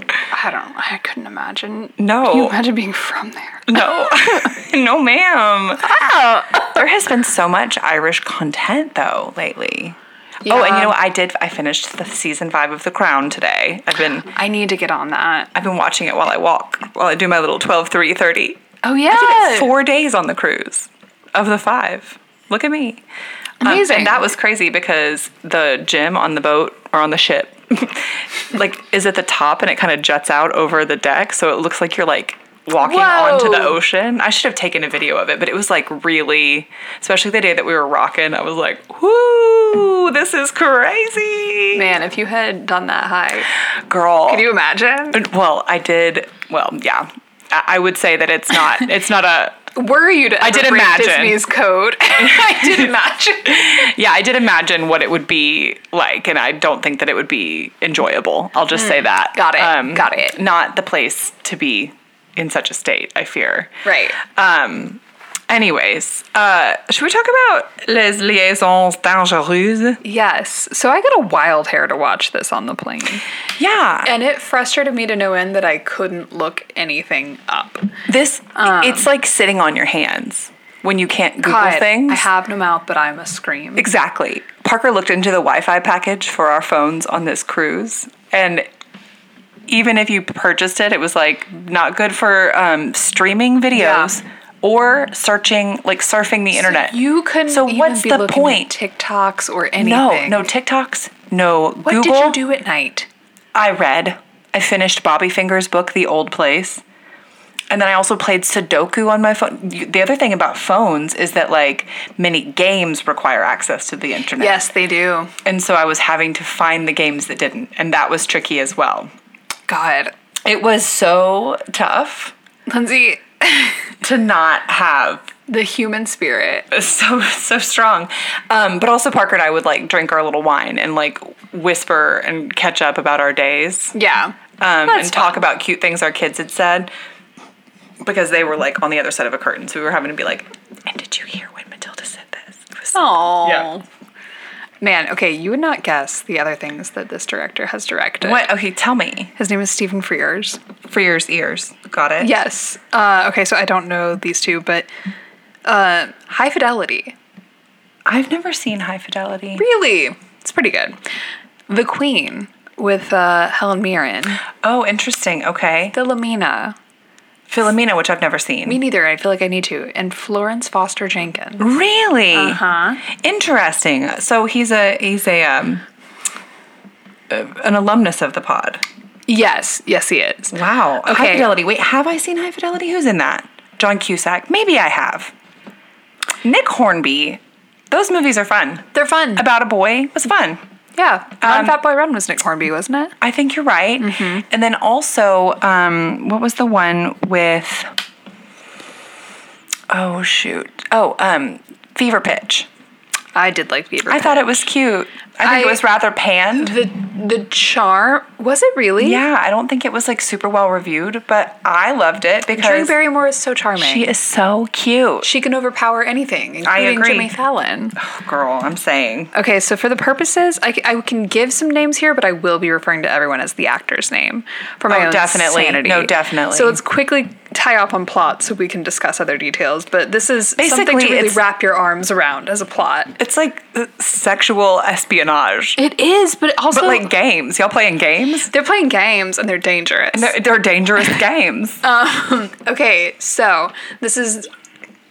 I don't. I couldn't imagine. No. Can you imagine being from there. No, no, ma'am. there has been so much Irish content though lately. Oh, and you Yeah. know what? I did. I finished the season five of The Crown today. I've been I need to get on that. I've been watching it while I walk, while I do my little 12, 3, 30. Oh yeah, Four days on the cruise of the five. Look at me. Um, Amazing. and that was crazy because the gym on the boat or on the ship, like, is at the top and it kind of juts out over the deck. So it looks like you're like walking onto the Whoa. ocean. I should have taken a video of it, but it was like really, especially the day that we were rocking, I was like, whoo, this is crazy. man. If you had done that high, Girl. can you imagine? Well, I did. Well, yeah, I, I would say that it's not. It's not a. Were you to ever I did break imagine. Disney's code? I did imagine. Yeah, I did imagine what it would be like, and I don't think that it would be enjoyable. I'll just say that. Hmm. Um, got it, got it. Not the place to be in such a state. I fear. right. Anyways, uh, should we talk about les liaisons dangereuses? Yes. So I got a wild hair to watch this on the plane. Yeah. And it frustrated me to no end that I couldn't look anything up. This it's like sitting on your hands when you can't Google Um, God, things. I have no mouth, but I'm a scream. Exactly. Parker looked into the Wi Fi package for our phones on this cruise, and even if you purchased it, it was like not good for um, streaming videos Yeah. or searching, like surfing the internet. You couldn't So even what's be the looking point? at TikToks or anything. No, no TikToks, no What Google. did you do at night? I read. I finished Bobby Finger's book, The Old Place. And then I also played Sudoku on my phone. You- The other thing about phones is that, like, many games require access to the internet. Yes, they do. And so I was having to find the games that didn't, and that was tricky as well. God. It was so tough Lindsay, to not have the human spirit. so so strong. Um, but also Parker and I would like drink our little wine and like whisper and catch up about our days Yeah. um, and That's talk about cute things our kids had said because they were like on the other side of a curtain, so we were having to be like, "And did you hear when Matilda said this?" It was so Oh. Yeah. Man, okay, you would not guess the other things that this director has directed. What? Okay, tell me. His name is Stephen Frears. For your ears, got it? Yes. Uh, okay, so I don't know these two, but uh, High Fidelity. I've never seen High Fidelity. Really? It's pretty good. The Queen with uh, Helen Mirren. Oh, interesting. Okay. Philomena. Philomena, which I've never seen. Me neither. I feel like I need to. And Florence Foster Jenkins. really? Uh-huh. Interesting. So he's a he's a um uh, an alumnus of the pod. Yes. Yes, he is. Wow. High Okay. Fidelity. Wait, have I seen High Fidelity? Who's in that? John Cusack. Maybe I have. Nick Hornby. Those movies are fun. They're fun. About a boy was fun. yeah. On Fat Boy Run was Nick Hornby, wasn't it? I think you're right. Mm-hmm. And then also, um, what was the one with? Oh shoot! Oh, um, Fever Pitch. I did like Beaver. I thought it was cute. I Mm-hmm. think it I- was rather panned. the the charm was it really? Yeah, I don't think it was like super well reviewed, but I loved it Drew because Barrymore is so charming. she is so cute. She can overpower anything, including agree. Jimmy Fallon. Oh, Girl, I'm saying. Okay, so for the purposes, I, c- I can give some names here, but I will be referring to everyone as the actor's name for my Oh, own definitely. sanity. No, definitely. So let's quickly tie up on plot so we can discuss other details. But this is something Basically, to really it's- wrap your arms around as a plot. It's like uh, sexual espionage, It is, but also but like games. Y'all playing games? they're playing games and they're dangerous. They're, they're dangerous games. Okay, so this is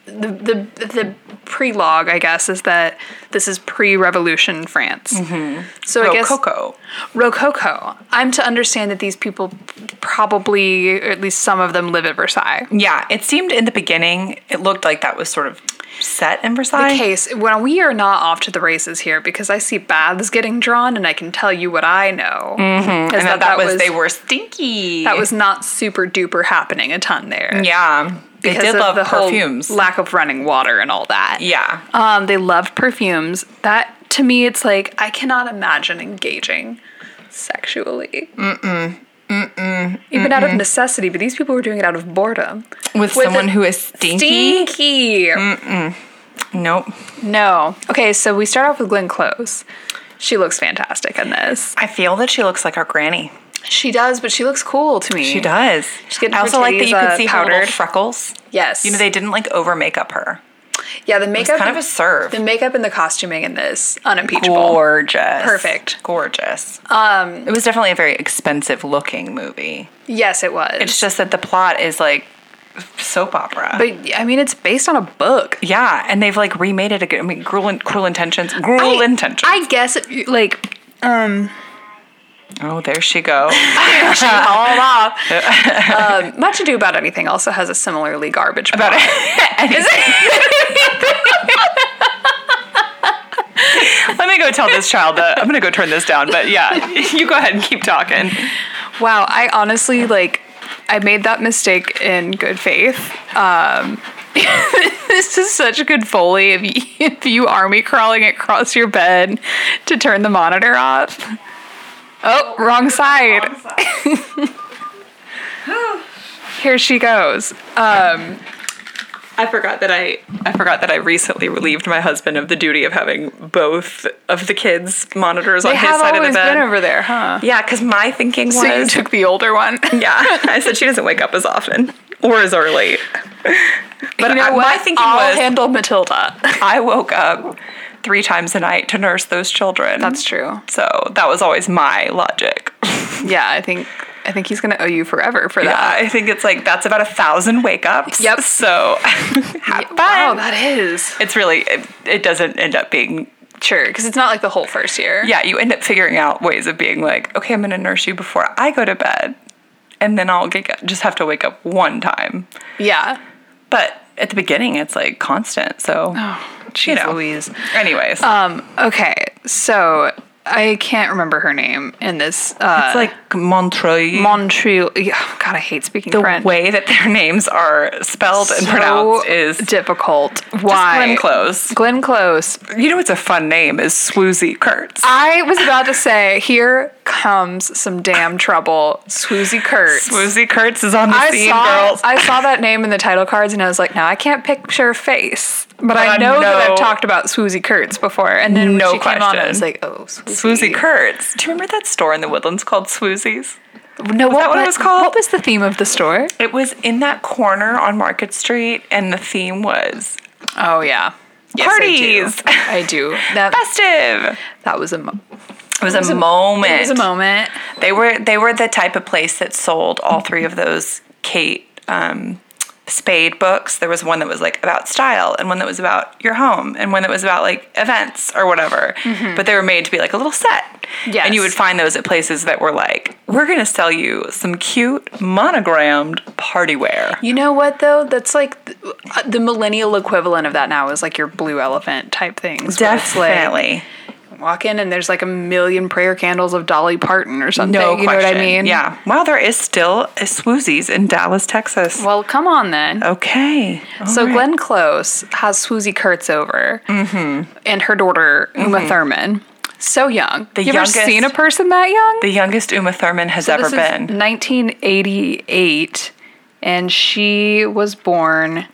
the the the prelogue, I guess, is that this is pre-revolution France. Mm-hmm. So Oh, I guess Rococo. Rococo. I'm to understand that these people probably, or at least some of them, live at Versailles. Yeah, it seemed in the beginning, it looked like that was sort of set in Versailles. Case when we are not off to the races here because I see baths getting drawn and I can tell you what I know mm-hmm. and and that, that was, they were stinky. that was not super duper happening a ton there. yeah. They because did of love the whole perfumes. lack of running water and all that. yeah. Um, they loved perfumes. That to me, it's like I cannot imagine engaging sexually. Mm-mm. Even out of necessity, but these people were doing it out of boredom. With, With someone a- who is stinky. Stinky. Mm. Nope. No. Okay, so we start off with Glenn Close. She looks fantastic in this. I feel that she looks like our granny. She does, but she looks cool to me. She does. She's getting I her also like that titties, you could uh, see her little powdered. freckles. Yes. You know, they didn't like over makeup her. yeah, the makeup It's kind of a serve. the makeup and the costuming in this unimpeachable. Gorgeous. Perfect. Gorgeous. Um, it was definitely a very expensive looking movie. Yes, it was. It's just that the plot is like soap opera. but I mean, it's based on a book. yeah, and they've like remade it again. I mean, Cruel, in, cruel Intentions. Cruel I- Intentions. I guess, it, like, oh, there she go. she hauled off. um, Much Ado About Anything also has a similarly garbage About plot. Let me go tell this child that I'm going to go turn this down. But yeah, you go ahead and keep talking. Wow, I honestly like I made that mistake in good faith. Um This is such good foley of you, of you army crawling across your bed to turn the monitor off. Oh, wrong side. Here she goes. I forgot that I I forgot that I recently relieved my husband of the duty of having both of the kids monitors They on his have side of the always bed. been over there, huh? yeah, because my thinking was So you took the older one. yeah. I said she doesn't wake up as often or as early. But you know I- what? my thinking I'll was handle Matilda. I woke up three times a night to nurse those children. That's true. So that was always my logic. Yeah, I think I think he's gonna owe you forever for that. I think it's like that's about a thousand wake ups. Yep. So have fun. Wow, that is it's really it, it doesn't end up being sure because it's not like the whole first year. yeah, you end up figuring out ways of being like, okay, I'm gonna nurse you before I go to bed, and then I'll get, just have to wake up one time. yeah. But at the beginning, it's like constant. So, She's know. Oh, Louise. anyways, Um. Okay. So I can't remember her name in this. Uh, it's like Montreuil. Montreal. yeah, God, I hate speaking the French. way that their names are spelled and So pronounced is difficult. Why? Glenn Close. Glenn Close. You know, it's a fun name is Swoozy Kurtz. I was about to say, here comes some damn trouble. Swoozy Kurtz. Swoozy Kurtz is on the I scene, saw girls. I saw that name in the title cards and I was like, no, I can't picture her face. But, I I know, that know- I've talked about Swoozy Kurtz before. And then No when she came on, I question. was like, oh, Swoozy, Swoozy Kurtz. Do you remember that store in the Woodlands called Swoozies? No, what, that what it wa- was called? What was the theme of the store? It was in that corner on Market Street, and the theme was Oh yeah, Parties. I do. That festive. that was a mo- It was, a, moment. It was a moment. They were they were the type of place that sold all three of those Kate um, Spade books. There was one that was like about style, and one that was about your home, and one that was about like events or whatever. But they were made to be like a little set. Mm-hmm. Yes. And you would find those at places that were like, we're going to sell you some cute monogrammed party wear. You know what though? That's like th- uh, the millennial equivalent of that now is like your blue elephant type things. where it's like, Definitely. walk in and there's like a million prayer candles of Dolly Parton or something. you know what I question. mean? Yeah. Wow, there is still a Swoozies in Dallas, Texas. Well, come on then. okay. so Glenn Close has Swoozie Kurtz over, Mm-hmm. and her daughter Uma Thurman. So young. The you youngest- ever seen a person that young? the youngest Uma Thurman has ever This is been. 1988, and she was born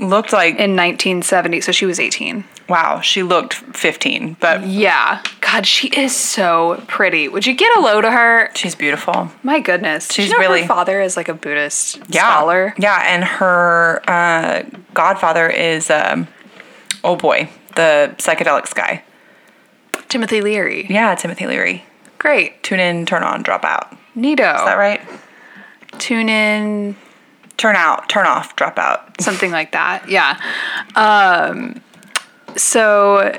Looked like in 1970, so she was 18. wow, she looked 15, but Yeah. God, she is so pretty. Would you get a load of her? she's beautiful. My goodness. She's She's really- her father is like a Buddhist scholar. Yeah, and her uh, godfather is um, oh boy, the psychedelics guy. Timothy Leary. Yeah, Timothy Leary. Great. Tune in, turn on, drop out. Is Nito. that right? Tune in. Turn out, turn off, drop out. something like that. Yeah. Um, so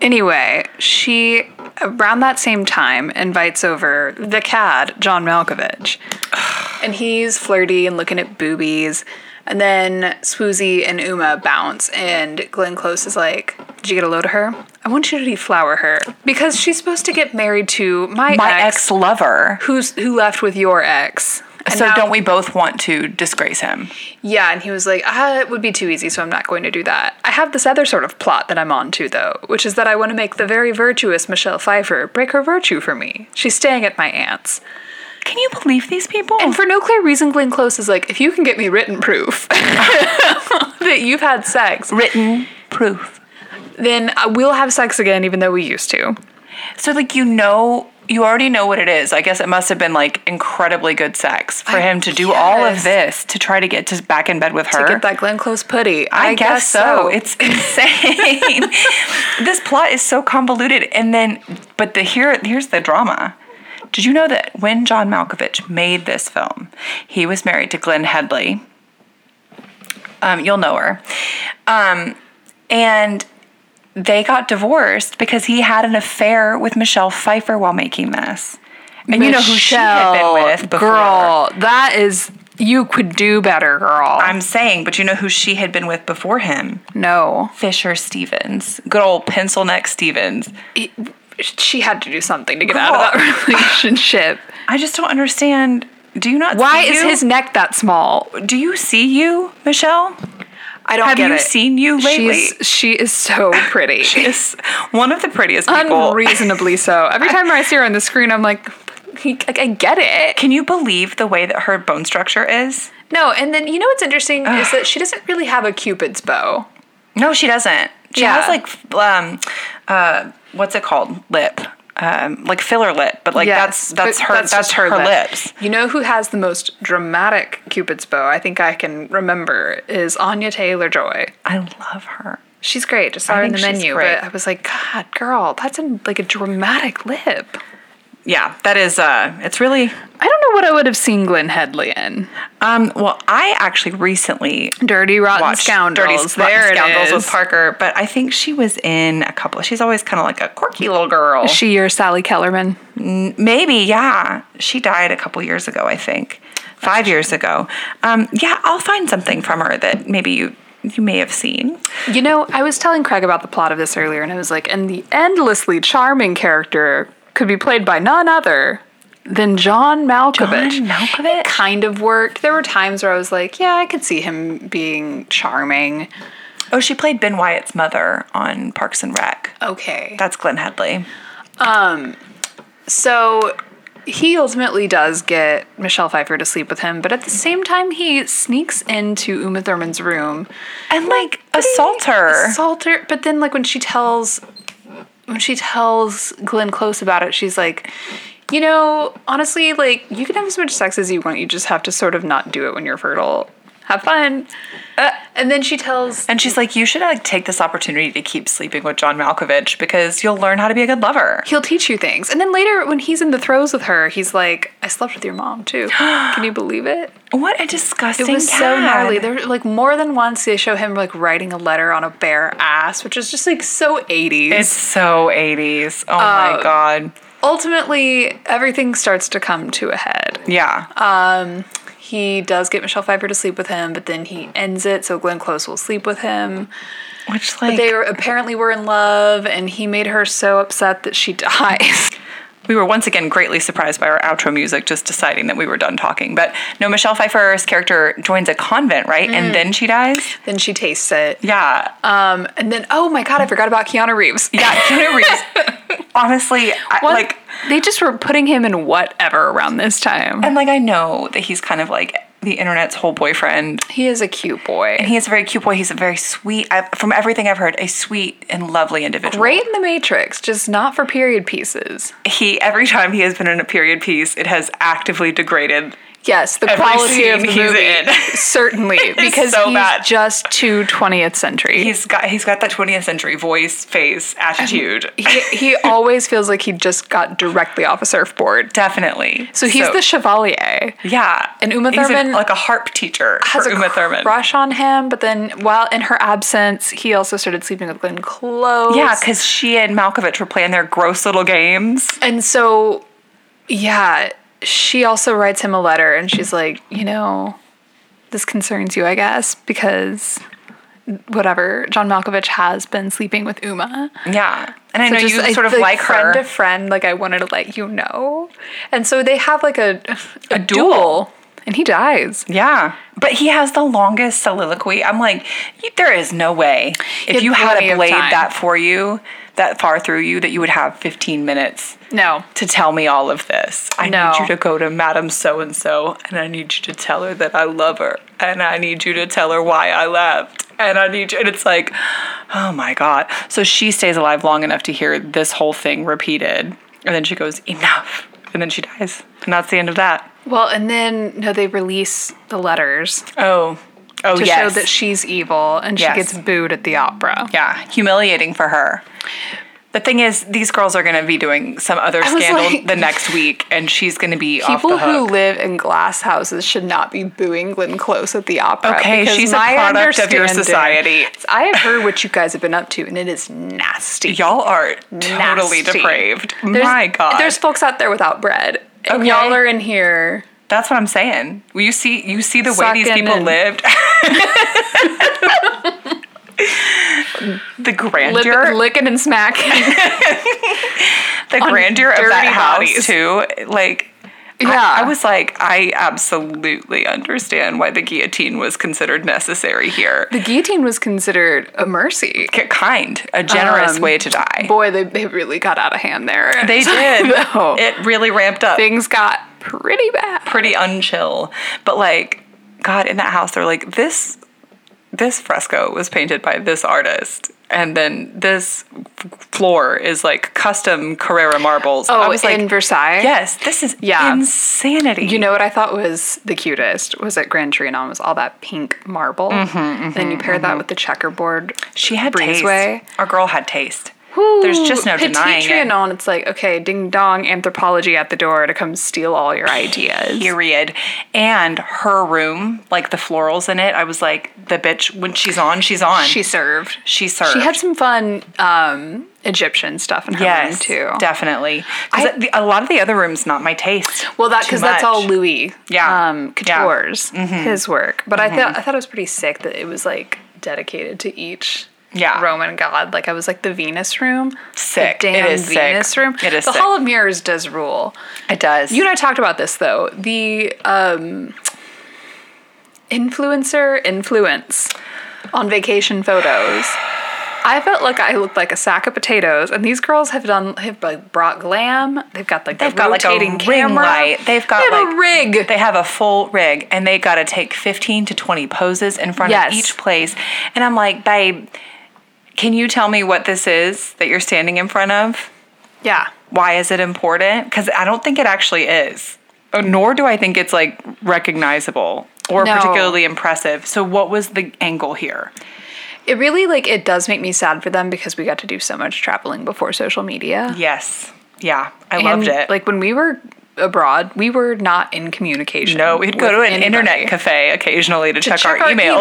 anyway, she around that same time invites over the cad John Malkovich, and he's flirty and looking at boobies. And then Swoozy and Uma bounce, and Glenn Close is like, "Did you get a load of her? I want you to deflower her because she's supposed to get married to my, My ex, ex lover. who's who left with your ex." And So now- don't we both want to disgrace him? yeah, and he was like, ah, it would be too easy, so I'm not going to do that. I have this other sort of plot that I'm on to, though, which is that I want to make the very virtuous Michelle Pfeiffer break her virtue for me. She's staying at my aunt's. Can you believe these people? And for no clear reason, Glenn Close is like, if you can get me written proof that you've had sex, written proof. then uh, we'll have sex again, even though we used to. So like you know, you already know what it is. I guess it must have been like incredibly good sex for I him to do all of guess. this to try to get to back in bed with her. To get that Glenn Close putty. I, guess, so. It's insane. this plot is so convoluted, and then, but the here here's the drama. Did you know that when John Malkovich made this film, he was married to Glenn Headley. Um, you'll know her, um, and they got divorced because he had an affair with Michelle Pfeiffer while making this. And you know who she had been Michelle, with before. Girl, that is, you could do better, girl. I'm saying, but you know who she had been with before him. no. Fisher Stevens, good old pencil neck Stevens. She had to do something to get out of that relationship. I just don't understand. Do you not? Why see is you? his neck that small? Do you see you, Michelle? I don't Have get you it. seen you lately? She's, she is so pretty. She is one of the prettiest people. Unreasonably so. Every time I see her on the screen, I'm like, like I get it. Can you believe the way that her bone structure is? No, and then you know what's interesting is that she doesn't really have a cupid's bow. No, she doesn't. She Yeah. has like f- um, uh, what's it called? Lip, um, like filler lip, but like Yes, that's that's but her that's, just her lip. lips. You know who has the most dramatic cupid's bow? I think I can remember is Anya Taylor Joy. I love her. She's great. Just saw her in the think she's menu, great. but I was like, God, girl, that's a, like a dramatic lip. Yeah, that is. Uh, it's really. I don't know what I would have seen Glenn Headley in. Um, well, I actually recently Dirty Rotten watched Scoundrels. Dirty Rotten there Scoundrels it is. with Parker, but I think she was in a couple. She's always kind of like a quirky little girl. She or Sally Kellerman. Maybe, yeah. She died a couple years ago, I think, five years ago. Um, yeah, I'll find something from her that maybe you you may have seen. You know, I was telling Craig about the plot of this earlier, and I was like, and the endlessly charming character could be played by none other than John Malkovich. John Malkovich? It kind of worked. There were times where I was like, yeah, I could see him being charming. Oh, she played Ben Wyatt's mother on Parks and Rec. Okay. That's Glenn Headley. So he ultimately does get Michelle Pfeiffer to sleep with him, but at the same time, he sneaks into Uma Thurman's room And like assault her. Assault her. But then, like when she tells, when she tells Glenn Close about it, she's like, you know, honestly, like you can have as much sex as you want. You just have to sort of not do it when you're fertile. Have fun. Uh, and then she tells. And she's like, you should like take this opportunity to keep sleeping with John Malkovich because you'll learn how to be a good lover. He'll teach you things. And then later, when he's in the throes with her, he's like, I slept with your mom too. Can you believe it? What a disgusting It was so cat. gnarly. There, like, more than once, they show him, like, writing a letter on a bare ass, which is just, like, so 80s. It's so 80s. Oh my Uh, god. ultimately everything starts to come to a head. Yeah. Um, he does get Michelle Pfeiffer to sleep with him, but then he ends it so Glenn Close will sleep with him. Which like They were, apparently were in love, and he made her so upset that she dies. we were once again greatly surprised by our outro music just deciding that we were done talking. But no, Michelle Pfeiffer's character joins a convent, right? Mm. And then she dies? then she tastes it. Yeah. Um, and then oh my god, I forgot about Keanu Reeves. yeah, Keanu Reeves. Honestly, I, What- like they just were putting him in whatever around this time. and like I know that he's kind of like the internet's whole boyfriend. He is a cute boy. He is a very cute boy. He's a very sweet, I, from everything I've heard, a sweet and lovely individual. Great in the Matrix, just not for period pieces. He every time he has been in a period piece, it has actively degraded Yes, the Every quality of scene the he's movie in. certainly because so he's bad. just too 20th century. He's got he's got that 20th century voice, face, attitude. he, he always feels like he just got directly off a surfboard. Definitely. So he's the chevalier. yeah, and Uma He's an- Thurman like a harp teacher Has for a Uma Thurman. crush on him, but then while in her absence, he also started sleeping with Glenn Close. Yeah, because she and Malkovich were playing their gross little games. and so, yeah, she also writes him a letter, and she's like, you know, this concerns you, I guess, because whatever John Malkovich has been sleeping with Uma. Yeah, and I know just, you I- sort of like her. friend to friend. Like I wanted to let you know, and so they have like a a, duel. duel. and he dies. Yeah, but he has the longest soliloquy. I'm like, y- there is no way if had you had plenty a of blade time. that for you, that far through you, that you would have 15 minutes No. to tell me all of this. I No. need you to go to Madam So and So, and I need you to tell her that I love her, and I need you to tell her why I left, and I need you. And it's like, oh my god. So she stays alive long enough to hear this whole thing repeated, and then she goes enough, and then she dies, and that's the end of that. Well, and then no, they release the letters Oh, oh to yes. show that she's evil, and Yes. she gets booed at the opera. Yeah, humiliating for her. The thing is, these girls are going to be doing some other was scandal like- the next week, and she's going to be off the People who hook. live in glass houses should not be booing Glenn Close at the opera. Okay, because she's a my product of your society. understanding- I have heard what you guys have been up to, and it is nasty. y'all are totally Nasty. depraved. There's- My God, There's folks out there without bread, and Okay. y'all are in here. that's what I'm saying. Well, You see, you see the way these Sucking people and- lived. the Lip, grandeur, licking and smacking. the grandeur of dirty that house bodies. too. Like, I- Yeah. I, was like, I absolutely understand why the guillotine was considered necessary here. the guillotine was considered a mercy. K- kind, a generous Um, way to die. Boy, they, they really got out of hand there. They did. Though. It really ramped up. Things got pretty bad. Pretty unchill. But like, God, in that house, they're like, this this fresco was painted by this artist. And then this f- floor is like custom Carrera marbles. Oh, I was like, in Versailles. yes, this is Yeah. insanity. You know what I thought was the cutest was at Grand Trianon was all that pink marble. Mm-hmm, then you pair that with the checkerboard. she had breezeway. taste. Our girl had taste. There's just no Petit denying it. Trianon, it's like okay, ding dong, anthropology at the door to come steal all your ideas. period. And her room, like the florals in it, I was like, the bitch, when she's on, she's on. She served. she served. She had some fun um, Egyptian stuff in her room yes, too. definitely. 'Cause I- the- a lot of the other rooms not my taste. Well, that Too because that's much. all Louis, Yeah. um, Yeah. Mm-hmm. Couture's his work. But I thought I thought it was pretty sick that it was like dedicated to each Yeah. Roman god. Like I was like the Venus room, Sick. the damn It is sick. Venus room. It is the sick. Hall of Mirrors does rule. It does. You and I talked about this though. The um, influencer influence on vacation photos. I felt like I looked like a sack of potatoes, and these girls have done have like brought glam. They've got like the They've got, like, a rotating ring camera. light. They've got, They have like- a rig. they have a full rig and they got to take 15 to 20 poses in front Yes. of each place. And I'm like, babe, can you tell me what this is that you're standing in front of? Yeah. why is it important? Because I don't think it actually is, Uh, nor do I think it's like recognizable or No. particularly impressive. So, what was the angle here? It really like it does make me sad for them because we got to do so much traveling before social media. Yes, yeah, I And, loved it. Like, Like when we were abroad, we were not in communication. no, we'd go with to an anybody. internet cafe occasionally to, check, check our, our emails,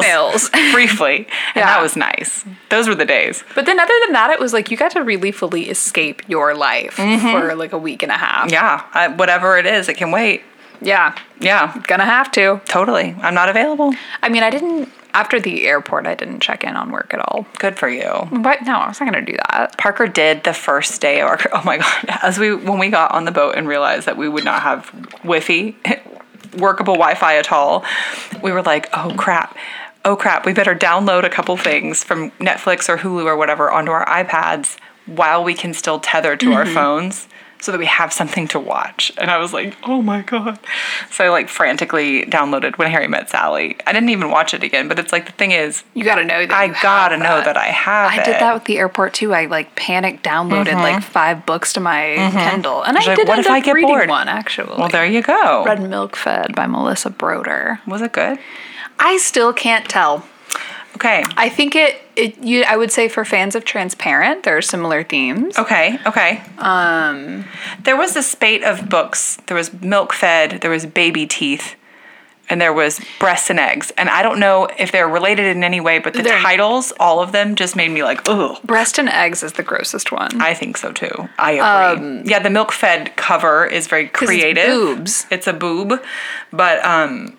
emails. briefly, and Yeah. that was nice. Those were the days. But then other than that, it was like you got to really fully escape your life for like a week and a half. Mm-hmm. Yeah, I, whatever it is, it can wait. Yeah. Yeah, Gonna have to. totally. I'm not available. I mean, I didn't after the airport. I didn't check in on work at all. Good for you. But no, I was not gonna do that. Parker did the first day of our oh my god as we when we got on the boat and realized that we would not have wifi workable Wi-Fi at all we were like oh crap oh crap we better download a couple things from Netflix or Hulu or whatever onto our iPads while we can still tether to Mm-hmm. our phones so that we have something to watch and I was like oh my god so I like frantically downloaded When Harry Met Sally I didn't even watch it again but it's like the thing is You gotta know that I you have gotta know that. that I have I did it. that with the airport too. I like panic downloaded like five books to my Kindle, and I Mm-hmm. like, did what end if I up get reading bored? one actually. well there you go Red Milk Fed by Melissa Broder. was it good I still can't tell. Okay. I think it, it you I would say for fans of Transparent, there are similar themes. Okay. Okay. Um, there was a spate of books. There was Milk Fed. There was Baby Teeth, and there was Breasts and Eggs. And I don't know if they're related in any way, but the They're- titles, all of them, just made me like, ugh. Breast and Eggs is the grossest one. I think so too. I agree. yeah, the Milk Fed cover is very 'Cause Um, it's creative. boobs. It's a boob, but um,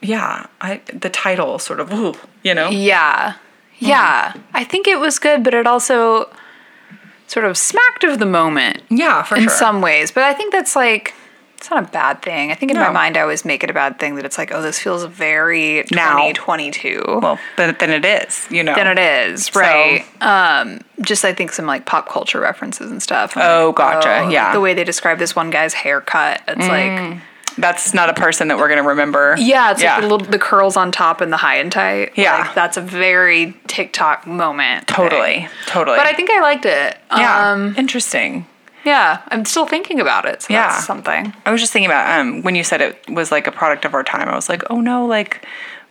yeah, I the title sort of, ugh, you know. Yeah. Mm-hmm. Yeah. I think it was good, but it also sort of smacked of the moment Yeah, for in sure. some ways. But I think that's like It's not a bad thing. I think in my No. mind, I always make it a bad thing that it's like, oh, this feels very Now. 2022. Well, then, then it is, you know. than it is, right? um, just I think some like pop culture references and stuff. I'm Oh, like, gotcha. Yeah. Mm. The way they describe this one guy's haircut, it's like, That's not a person that we're going to remember. yeah, it's like the little the curls on top and the high and tight. Yeah. like, that's a very TikTok moment. thing. Totally. Totally. But I think I liked it. yeah. Um, Interesting. yeah. I'm still thinking about it. So Yeah. that's something. I was just thinking about um, when you said it was like a product of our time. I was like, oh no, like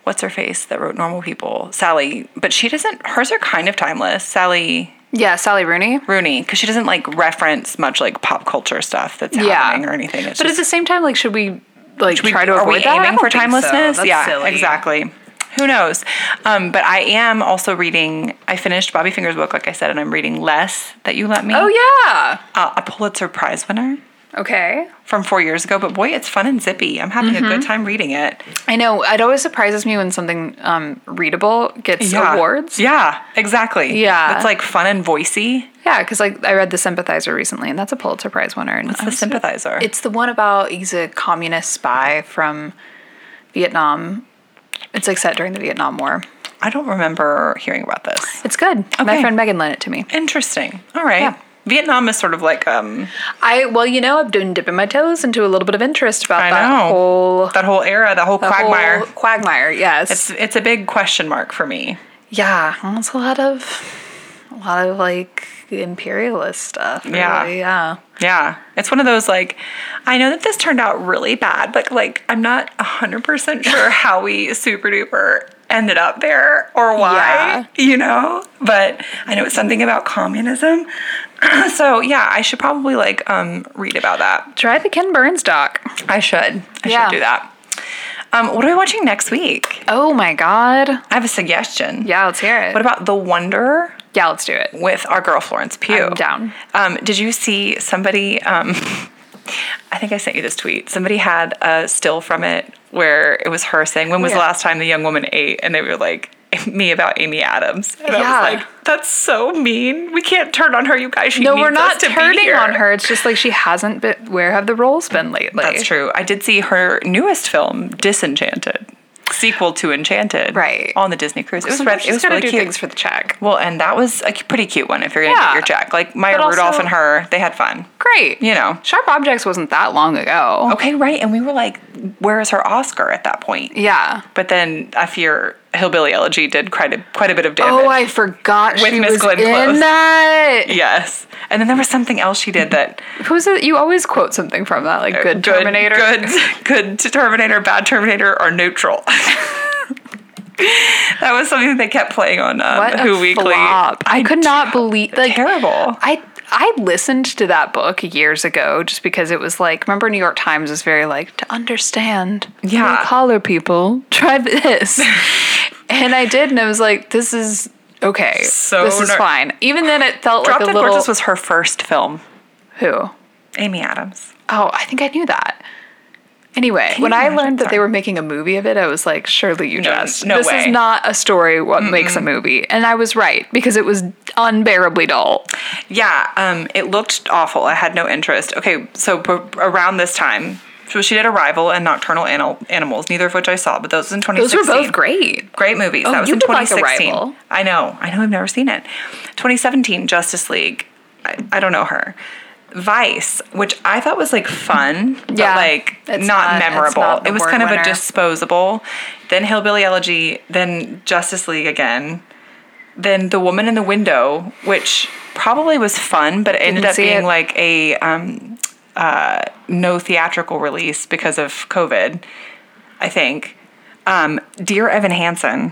what's her face that wrote Normal People, Sally. But she doesn't. Hers are kind of timeless, Sally Yeah, Sally Rooney. Rooney, because she doesn't like reference much like pop culture stuff that's Yeah. happening or anything. It's But at just, the same time, like, should we like we- try to are avoid we that? I aiming don't for think so. timelessness? That's yeah, silly. exactly. Who knows? Um, but I am also reading. I finished Bobby Finger's book, like I said, and I'm reading Less That You Let Me. Oh yeah. uh, a Pulitzer Prize winner Okay. from four years ago. But boy, it's fun and zippy. I'm having a good Mm-hmm. time reading it. I know. It always surprises me when something um, readable gets awards. Yeah, exactly. Yeah. That's like fun and voicey. Yeah, because like I read The Sympathizer recently, and that's a Pulitzer Prize winner. And It's I the was- sympathizer. It's the one about he's a communist spy from Vietnam. It's like set during the Vietnam War. I don't remember hearing about this. It's good. My Okay. friend Megan lent it to me. Interesting. All right. Yeah. Vietnam is sort of like um I well, you know, I've been dipping my toes into a little bit of interest about I that know. whole that whole era, that whole that quagmire. whole quagmire, yes. It's it's a big question mark for me. yeah, it's a lot of a lot of like imperialist stuff. Yeah. really, yeah. Yeah. It's one of those like I know that this turned out really bad, but like I'm not 100% sure how we super duper ended up there or why, you know? But I know it's something about communism. so, yeah, I should probably like um read about that. Try the Ken Burns doc. I should. I Yeah. should do that. Um what are we watching next week? Oh my god. I have a suggestion. Yeah, let's hear it. What about The Wonder yeah, let's do it. with our girl Florence Pugh? I'm down. Um, did you see somebody? Um, I think I sent you this tweet. Somebody had a still from it where it was her saying, "When was the Yeah. last time the young woman ate?" And they were like, "Me about Amy Adams." And Yeah. I was like, "That's so mean. We can't turn on her, you guys. She No, needs we're not us to be turning here." on her. It's just like she hasn't been. Where have the roles been lately? That's true. I did see her newest film, Disenchanted, sequel to Enchanted, Right. on the Disney cruise. It was, re- Sometimes it she's was gotta really do cute. things for the check. Well, and that was a cu- pretty cute one. If you're gonna Yeah. get your check, like Maya But Rudolph also- and her, they had fun. Great. You know. Sharp Objects wasn't that long ago. Okay, right. And we were like, where is her Oscar at that point? Yeah. But then I fear Hillbilly Elegy did quite a, quite a bit of damage. Oh, I forgot With she Miss was Glenn in Close. that. yes. And then there was something else she did that Who's it? You always quote something from that, like Uh, good, Terminator. Good, good Terminator, bad Terminator, or neutral. that was something they kept playing on um, What a Who Weekly. flop. I could not believe like Terrible. I I listened to that book years ago just because it was like remember New York Times was very like to understand Yeah. collar people try this and I did and I was like this is okay So this is ner- fine even then it felt Drop like a Dead little Gorgeous was her first film. who Amy Adams. oh I think I knew that. Anyway, when I imagine? learned that they Sorry. were making a movie of it, I was like, surely you No, just no this is way. not a story what makes a movie. And I was right because it was unbearably dull. Yeah, um, it looked awful. I had no interest. Okay, so b- around this time, so she did Arrival and Nocturnal Anal- Animals, neither of which I saw, but those was in Those 2016. were both great. Great movies. Oh, that was you in did like 2016. Arrival. I know. I know. I've never seen it. 2017, Justice League. I, I don't know her. Vice, which I thought was like fun, but Yeah. like not, It's not- it's memorable. not the it was award kind of winner. a disposable. Then Hillbilly Elegy, then Justice League again, then The Woman in the Window, which probably was fun, but it ended Didn't up see being it. like a um, uh, no theatrical release because of COVID, I think. Um, Dear Evan Hansen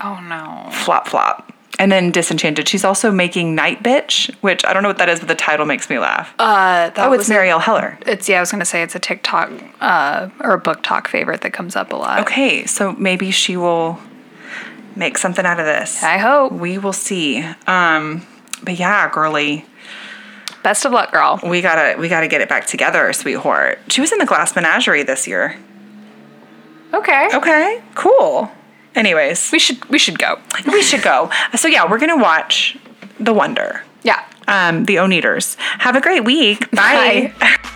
Oh no. flop flop and then disenchanted she's also making night bitch which i don't know what that is but the title makes me laugh Uh, that oh it's was marielle heller it's yeah. I was gonna say it's a TikTok uh, or a book talk favorite that comes up a lot. okay so maybe she will make something out of this I hope. we will see um but yeah girly Best of luck, girl. we gotta we gotta get it back together sweetheart she was in the glass menagerie this year Okay. okay cool anyways We should we should go. we should go so yeah we're gonna watch the wonder Yeah. um the own eaters have a great week bye. Bye.